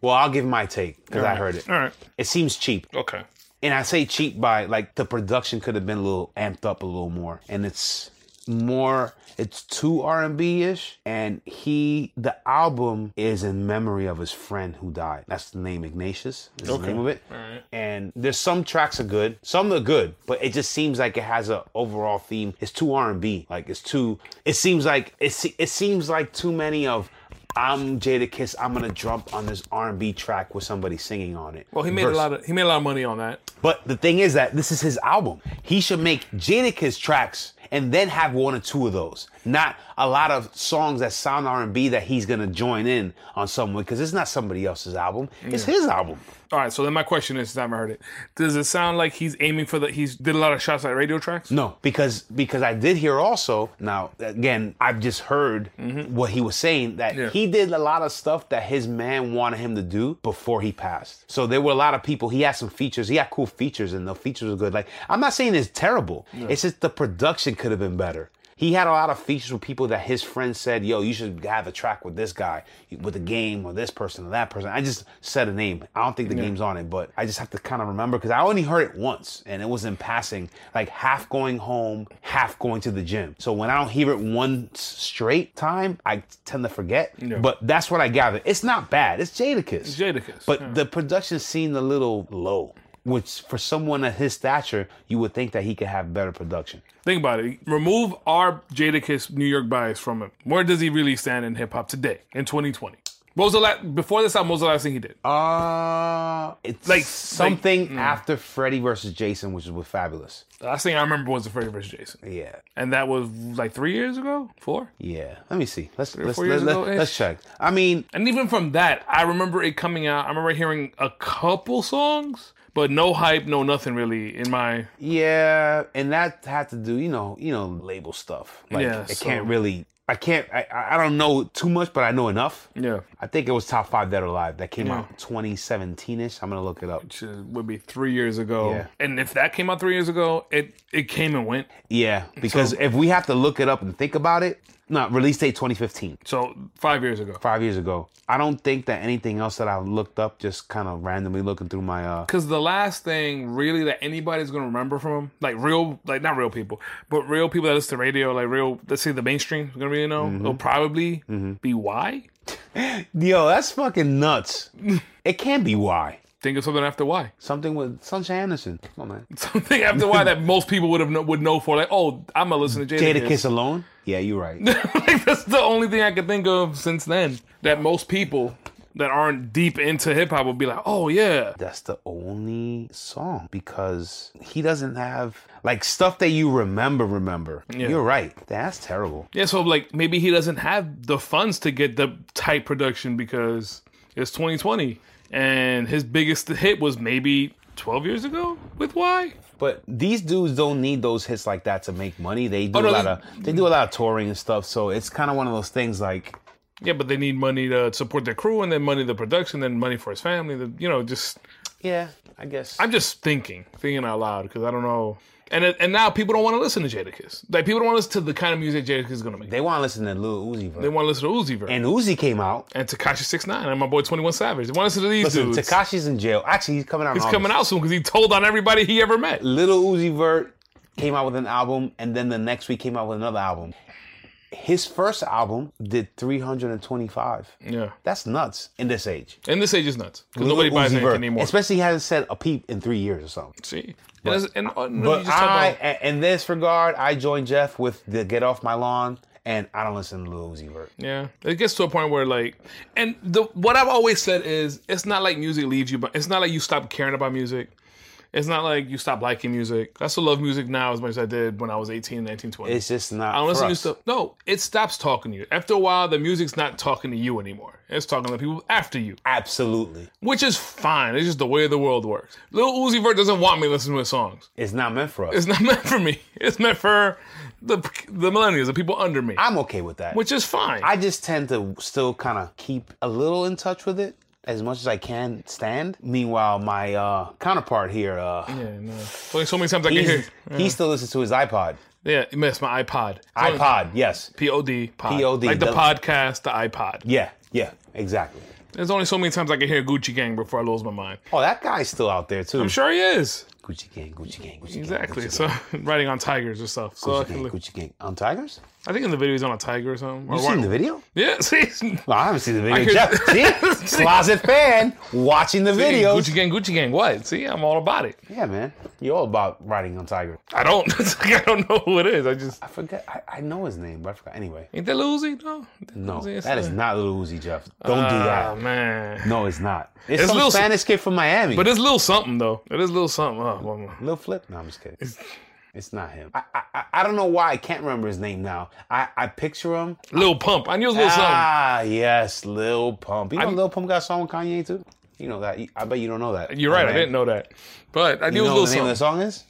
S2: Well, I'll give my take because I heard it.
S1: All right.
S2: It seems cheap,
S1: Okay.
S2: and I say cheap by like the production could have been a little amped up a little more, and it's more. It's too R and B ish, and he the album is in memory of his friend who died. That's the name Ignatius. Is the name of it.
S1: right.
S2: And there's some tracks are good, some are good, but it just seems like it has a overall theme. It's too R and B. Like it's too. It seems like it. se- It seems like too many of. I'm Jada Kiss. I'm gonna jump on this R&B track with somebody singing on it.
S1: Well, he made a lot of he made a lot of money on that.
S2: But the thing is that this is his album. He should make Jadakiss tracks and then have one or two of those, not a lot of songs that sound R&B that he's gonna join in on someone because it's not somebody else's album. It's his album.
S1: All right. So then my question is, time I heard it, does it sound like he's aiming for the? He's did a lot of shots at radio tracks.
S2: No, because because I did hear also. Now again, I've just heard what he was saying that
S1: Yeah.
S2: he did a lot of stuff that his man wanted him to do before he passed. So there were a lot of people. He had some features. He had cool features, and the features were good. Like I'm not saying it's terrible. It's just the production could have been better. He had a lot of features with people that his friends said, "Yo, you should have a track with this guy, with the game, or this person, or that person." I just said a name. I don't think the game's on it, but I just have to kind of remember because I only heard it once, and it was in passing, like half going home, half going to the gym. So when I don't hear it one s- straight time, I tend to forget. But that's what I gather. It's not bad. It's Jadakiss.
S1: Jadakiss,
S2: But the production seemed a little low. Which, for someone of his stature, you would think that he could have better production.
S1: Think about it. Remove our Jadakiss New York bias from him. Where does he really stand in hip hop today in 2020? What was the last before this album? What was the last thing he did?
S2: Uh, it's
S1: Like- mm.
S2: like something after Freddy versus Jason, which is with Fabulous.
S1: The last thing I remember was the Freddy vs. Jason,
S2: Yeah,
S1: and that was like three years ago, four.
S2: yeah. Let me see. Let's let's
S1: four
S2: let,
S1: years ago-ish?
S2: us check. I mean,
S1: And even from that, I remember it coming out. I remember hearing a couple songs, but no hype, no nothing really in my.
S2: yeah, and that had to do, you know, you know, label stuff. Like,
S1: Yeah,
S2: it
S1: so-
S2: can't really. I can't. I I I don't know too much, but I know enough.
S1: Yeah.
S2: I think it was top five dead or alive that came out 2017 ish. I'm gonna look it up.
S1: which is- would be three years ago.
S2: Yeah.
S1: And if that came out three years ago, it it came and went.
S2: Yeah, because if we have to look it up and think about it, no, release date 2015.
S1: So five years ago.
S2: five years ago. I don't think that anything else that I looked up, just kind of randomly looking through my uh
S1: Because the last thing really that anybody's gonna remember from him, like real, like not real people, but real people that listen to radio, like real, let's say the mainstream, is gonna really know, it'll probably be why.
S2: Yo, that's fucking nuts. it can be why.
S1: Think of something after why,
S2: Something with Sunshine Anderson. Come on, man.
S1: something after why that most people would have kno- would know for, like, oh, I'm gonna listen to Jada,
S2: Jada Kiss alone? Yeah, you're right.
S1: like that's the only thing I could think of since then that most people that aren't deep into hip hop would be like, oh yeah,
S2: that's the only song because he doesn't have like stuff that you remember remember. You're right. That's terrible.
S1: Yeah, so like maybe he doesn't have the funds to get the tight production because it's 2020 and his biggest hit was maybe 12 years ago with why?
S2: But these dudes don't need those hits like that to make money. They do
S1: Oh, no,
S2: a lot
S1: they-
S2: of they do a lot of touring and stuff, so it's kind of one of those things like
S1: Yeah, but they need money to support their crew and then money the production, then money for his family. The, you know, just
S2: yeah, I guess.
S1: I'm just thinking, thinking out loud because I don't know. And it- and now people don't want to listen to Jadakiss. Like people don't want to listen to the kind of music Jadakiss is gonna make. They,
S2: They want to listen to Lil Uzi. Bro.
S1: want to listen to Uzi Vert and,
S2: and Uzi came out.
S1: Takashi Six Nine and my boy Twenty One Savage. They want to listen to these
S2: Listen,
S1: dudes.
S2: Takashi's in jail. Actually, he's coming out.
S1: He's coming out soon because he told on everybody he ever met.
S2: Little Uzi Vert came out with an album, and then the next week came out with another album. His first album did 325.
S1: Yeah.
S2: That's nuts in this age.
S1: And this age is nuts because
S2: Lil
S1: nobody buys
S2: Uzi
S1: anything
S2: Vert,
S1: anymore.
S2: Especially he hasn't said a peep in three years or something.
S1: See, and, it's- and, uh, no, you
S2: But
S1: just talk
S2: I,
S1: about-
S2: a- in this regard, I joined Jeff with the Get Off My Lawn, and I don't listen to Lil Uzi Vert.
S1: yeah, it gets to a point where like, and the what I've always said is, it's not like music leaves you, but it's not like you stop caring about music. It's not like you stop liking music. I still love music now as much as I did when I was 18, 19, 20.
S2: It's just not.
S1: I don't listen
S2: for
S1: to
S2: us.
S1: stuff. No, it stops talking to you. After a while, the music's not talking to you anymore. It's talking to people after you,
S2: Absolutely,
S1: which is fine. It's just the way the world works. Lil Uzi Vert doesn't want me listening to his songs.
S2: it's not meant for us.
S1: It's not meant for me. It's meant for the the millennials, the people under me,
S2: I'm okay with that.
S1: which is fine.
S2: I just tend to still kind of keep a little in touch with it as much as I can stand. Meanwhile, my uh, counterpart here, uh,
S1: yeah, no. Like so many times I can hear.
S2: he's- he still listens to his iPod.
S1: Yeah, you missed my iPod.
S2: iPod, yes.
S1: P O D.
S2: POD,
S1: Like the
S2: the-
S1: podcast, the iPod.
S2: Yeah, yeah, exactly.
S1: There's only so many times I can hear Gucci Gang before I lose my mind.
S2: Oh, that guy's still out there too.
S1: I'm sure he is.
S2: Gucci gang, Gucci gang, Gucci
S1: Exactly.
S2: gang.
S1: So riding on tigers or stuff. So I,
S2: Gucci
S1: can
S2: gang,
S1: look-
S2: Gucci gang. On Tigers?
S1: I think in the video he's on a tiger or something. Or
S2: You
S1: what-
S2: seen the video?
S1: Yeah, see,
S2: Well, I haven't seen the video.
S1: Oh, hear-
S2: Jeff, see? Closet fan watching the videos.
S1: Gucci Gang, Gucci Gang. What? See, I'm all about it.
S2: Yeah, man. You're all about riding on Tigers.
S1: I don't. it's like, I don't know who it is. I just
S2: I forget. I, I know his name, but I forgot. Anyway,
S1: ain't that Lil Uzi? No,
S2: no,
S1: Lil Uzi, it's
S2: that is
S1: not-
S2: not Lil Uzi, Jeff. Don't do
S1: Ah
S2: that.
S1: man.
S2: No, it's not. It's,
S1: It's
S2: some
S1: Lil-
S2: Spanish kid from Miami.
S1: But it's little something though. It is little something. Oh, well, well.
S2: Lil Flip? No, I'm just kidding. It's not him. I, I I- I don't know why I can't remember his name now. I, I picture him.
S1: Lil Pump. I knew it was little something.
S2: Ah, yes, Lil Pump. You know Lil Pump got a song with Kanye too. You know that. You- I bet you don't know that.
S1: You're right. I
S2: Man.
S1: didn't know that. But I knew
S2: You
S1: it
S2: know what
S1: was
S2: the name
S1: little
S2: of the
S1: something.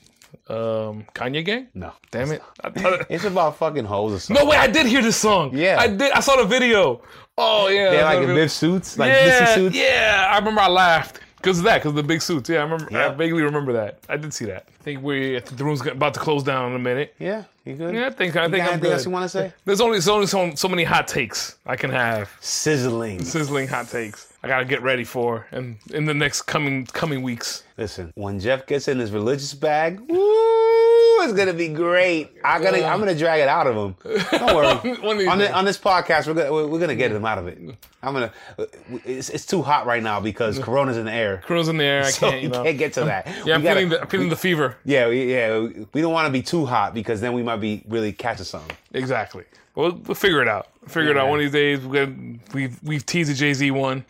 S2: song is?
S1: Um, Kanye Gang.
S2: No.
S1: Damn it. I thought it-
S2: It's about fucking hoes or something.
S1: No way. I did hear this song.
S2: Yeah.
S1: I did. I saw the video. Oh yeah. I
S2: They're
S1: saw
S2: like
S1: the
S2: in
S1: video.
S2: bib suits, like
S1: yeah,
S2: Missy suits.
S1: Yeah, I remember I laughed because of that, because the big suits. Yeah, I remember.
S2: Yeah.
S1: I vaguely remember that. I did see that. I think we I think the room's got- about to close down in a minute.
S2: Yeah, you good?
S1: Yeah, I think I
S2: You
S1: think
S2: got
S1: I'm
S2: anything
S1: good.
S2: else you want to say?
S1: There's only so only so, so many hot takes I can have.
S2: Sizzling.
S1: Sizzling hot takes. I gotta get ready for and in the next coming coming weeks.
S2: Listen, when Jeff gets in his religious bag, woo, it's gonna be great. I'm gonna, I'm gonna drag it out of him. Don't worry.
S1: One of these
S2: on, the,
S1: days.
S2: on this podcast, we're gonna, we're we're gonna get him out of it. I'm gonna. It's, it's too hot right now because Corona's in the air.
S1: Cruise in the air. I
S2: So
S1: can't. You
S2: we
S1: know.
S2: can't get to that.
S1: yeah, I'm
S2: We gotta-
S1: feeling the I'm feeling the fever.
S2: yeah, we- yeah. we- We don't want to be too hot because then we might be really catching something.
S1: Exactly. We'll, we'll figure it out. Figure it out
S2: Yeah.
S1: one of these days. We're gonna, we've we've teased the Jay Z one.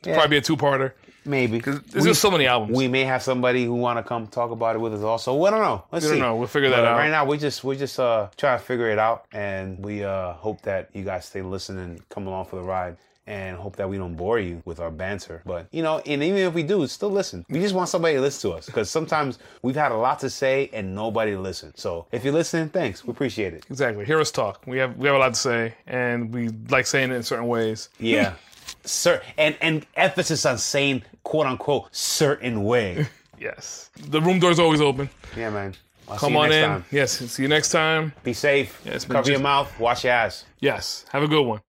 S1: It's
S2: Yeah.
S1: probably be a two parter.
S2: Maybe
S1: There's
S2: We-
S1: just so many albums.
S2: we may have somebody who want to come talk about it with us also. We don't know. Let's
S1: We don't
S2: see.
S1: know. We'll figure that
S2: But
S1: out.
S2: Right now, we just we just uh trying to figure it out, and we uh hope that you guys stay listening, come along for the ride. And hope that we don't bore you with our banter. But, you know, and even if we do, still listen. We just want somebody to listen to us because sometimes we've had a lot to say and nobody to listen. So if you're listening, thanks. We appreciate it.
S1: Exactly. Hear us talk. We have we have a lot to say, and we like saying it in certain ways.
S2: Yeah. Sir, and, and emphasis on saying quote unquote certain way.
S1: Yes. The room door's always open.
S2: Yeah, man. I'll see
S1: Come
S2: you
S1: on
S2: next
S1: in.
S2: time.
S1: Yes. See you next time.
S2: Be safe.
S1: it's been
S2: Cover your
S1: just-
S2: mouth. Wash your ass.
S1: Yes. Have a good one.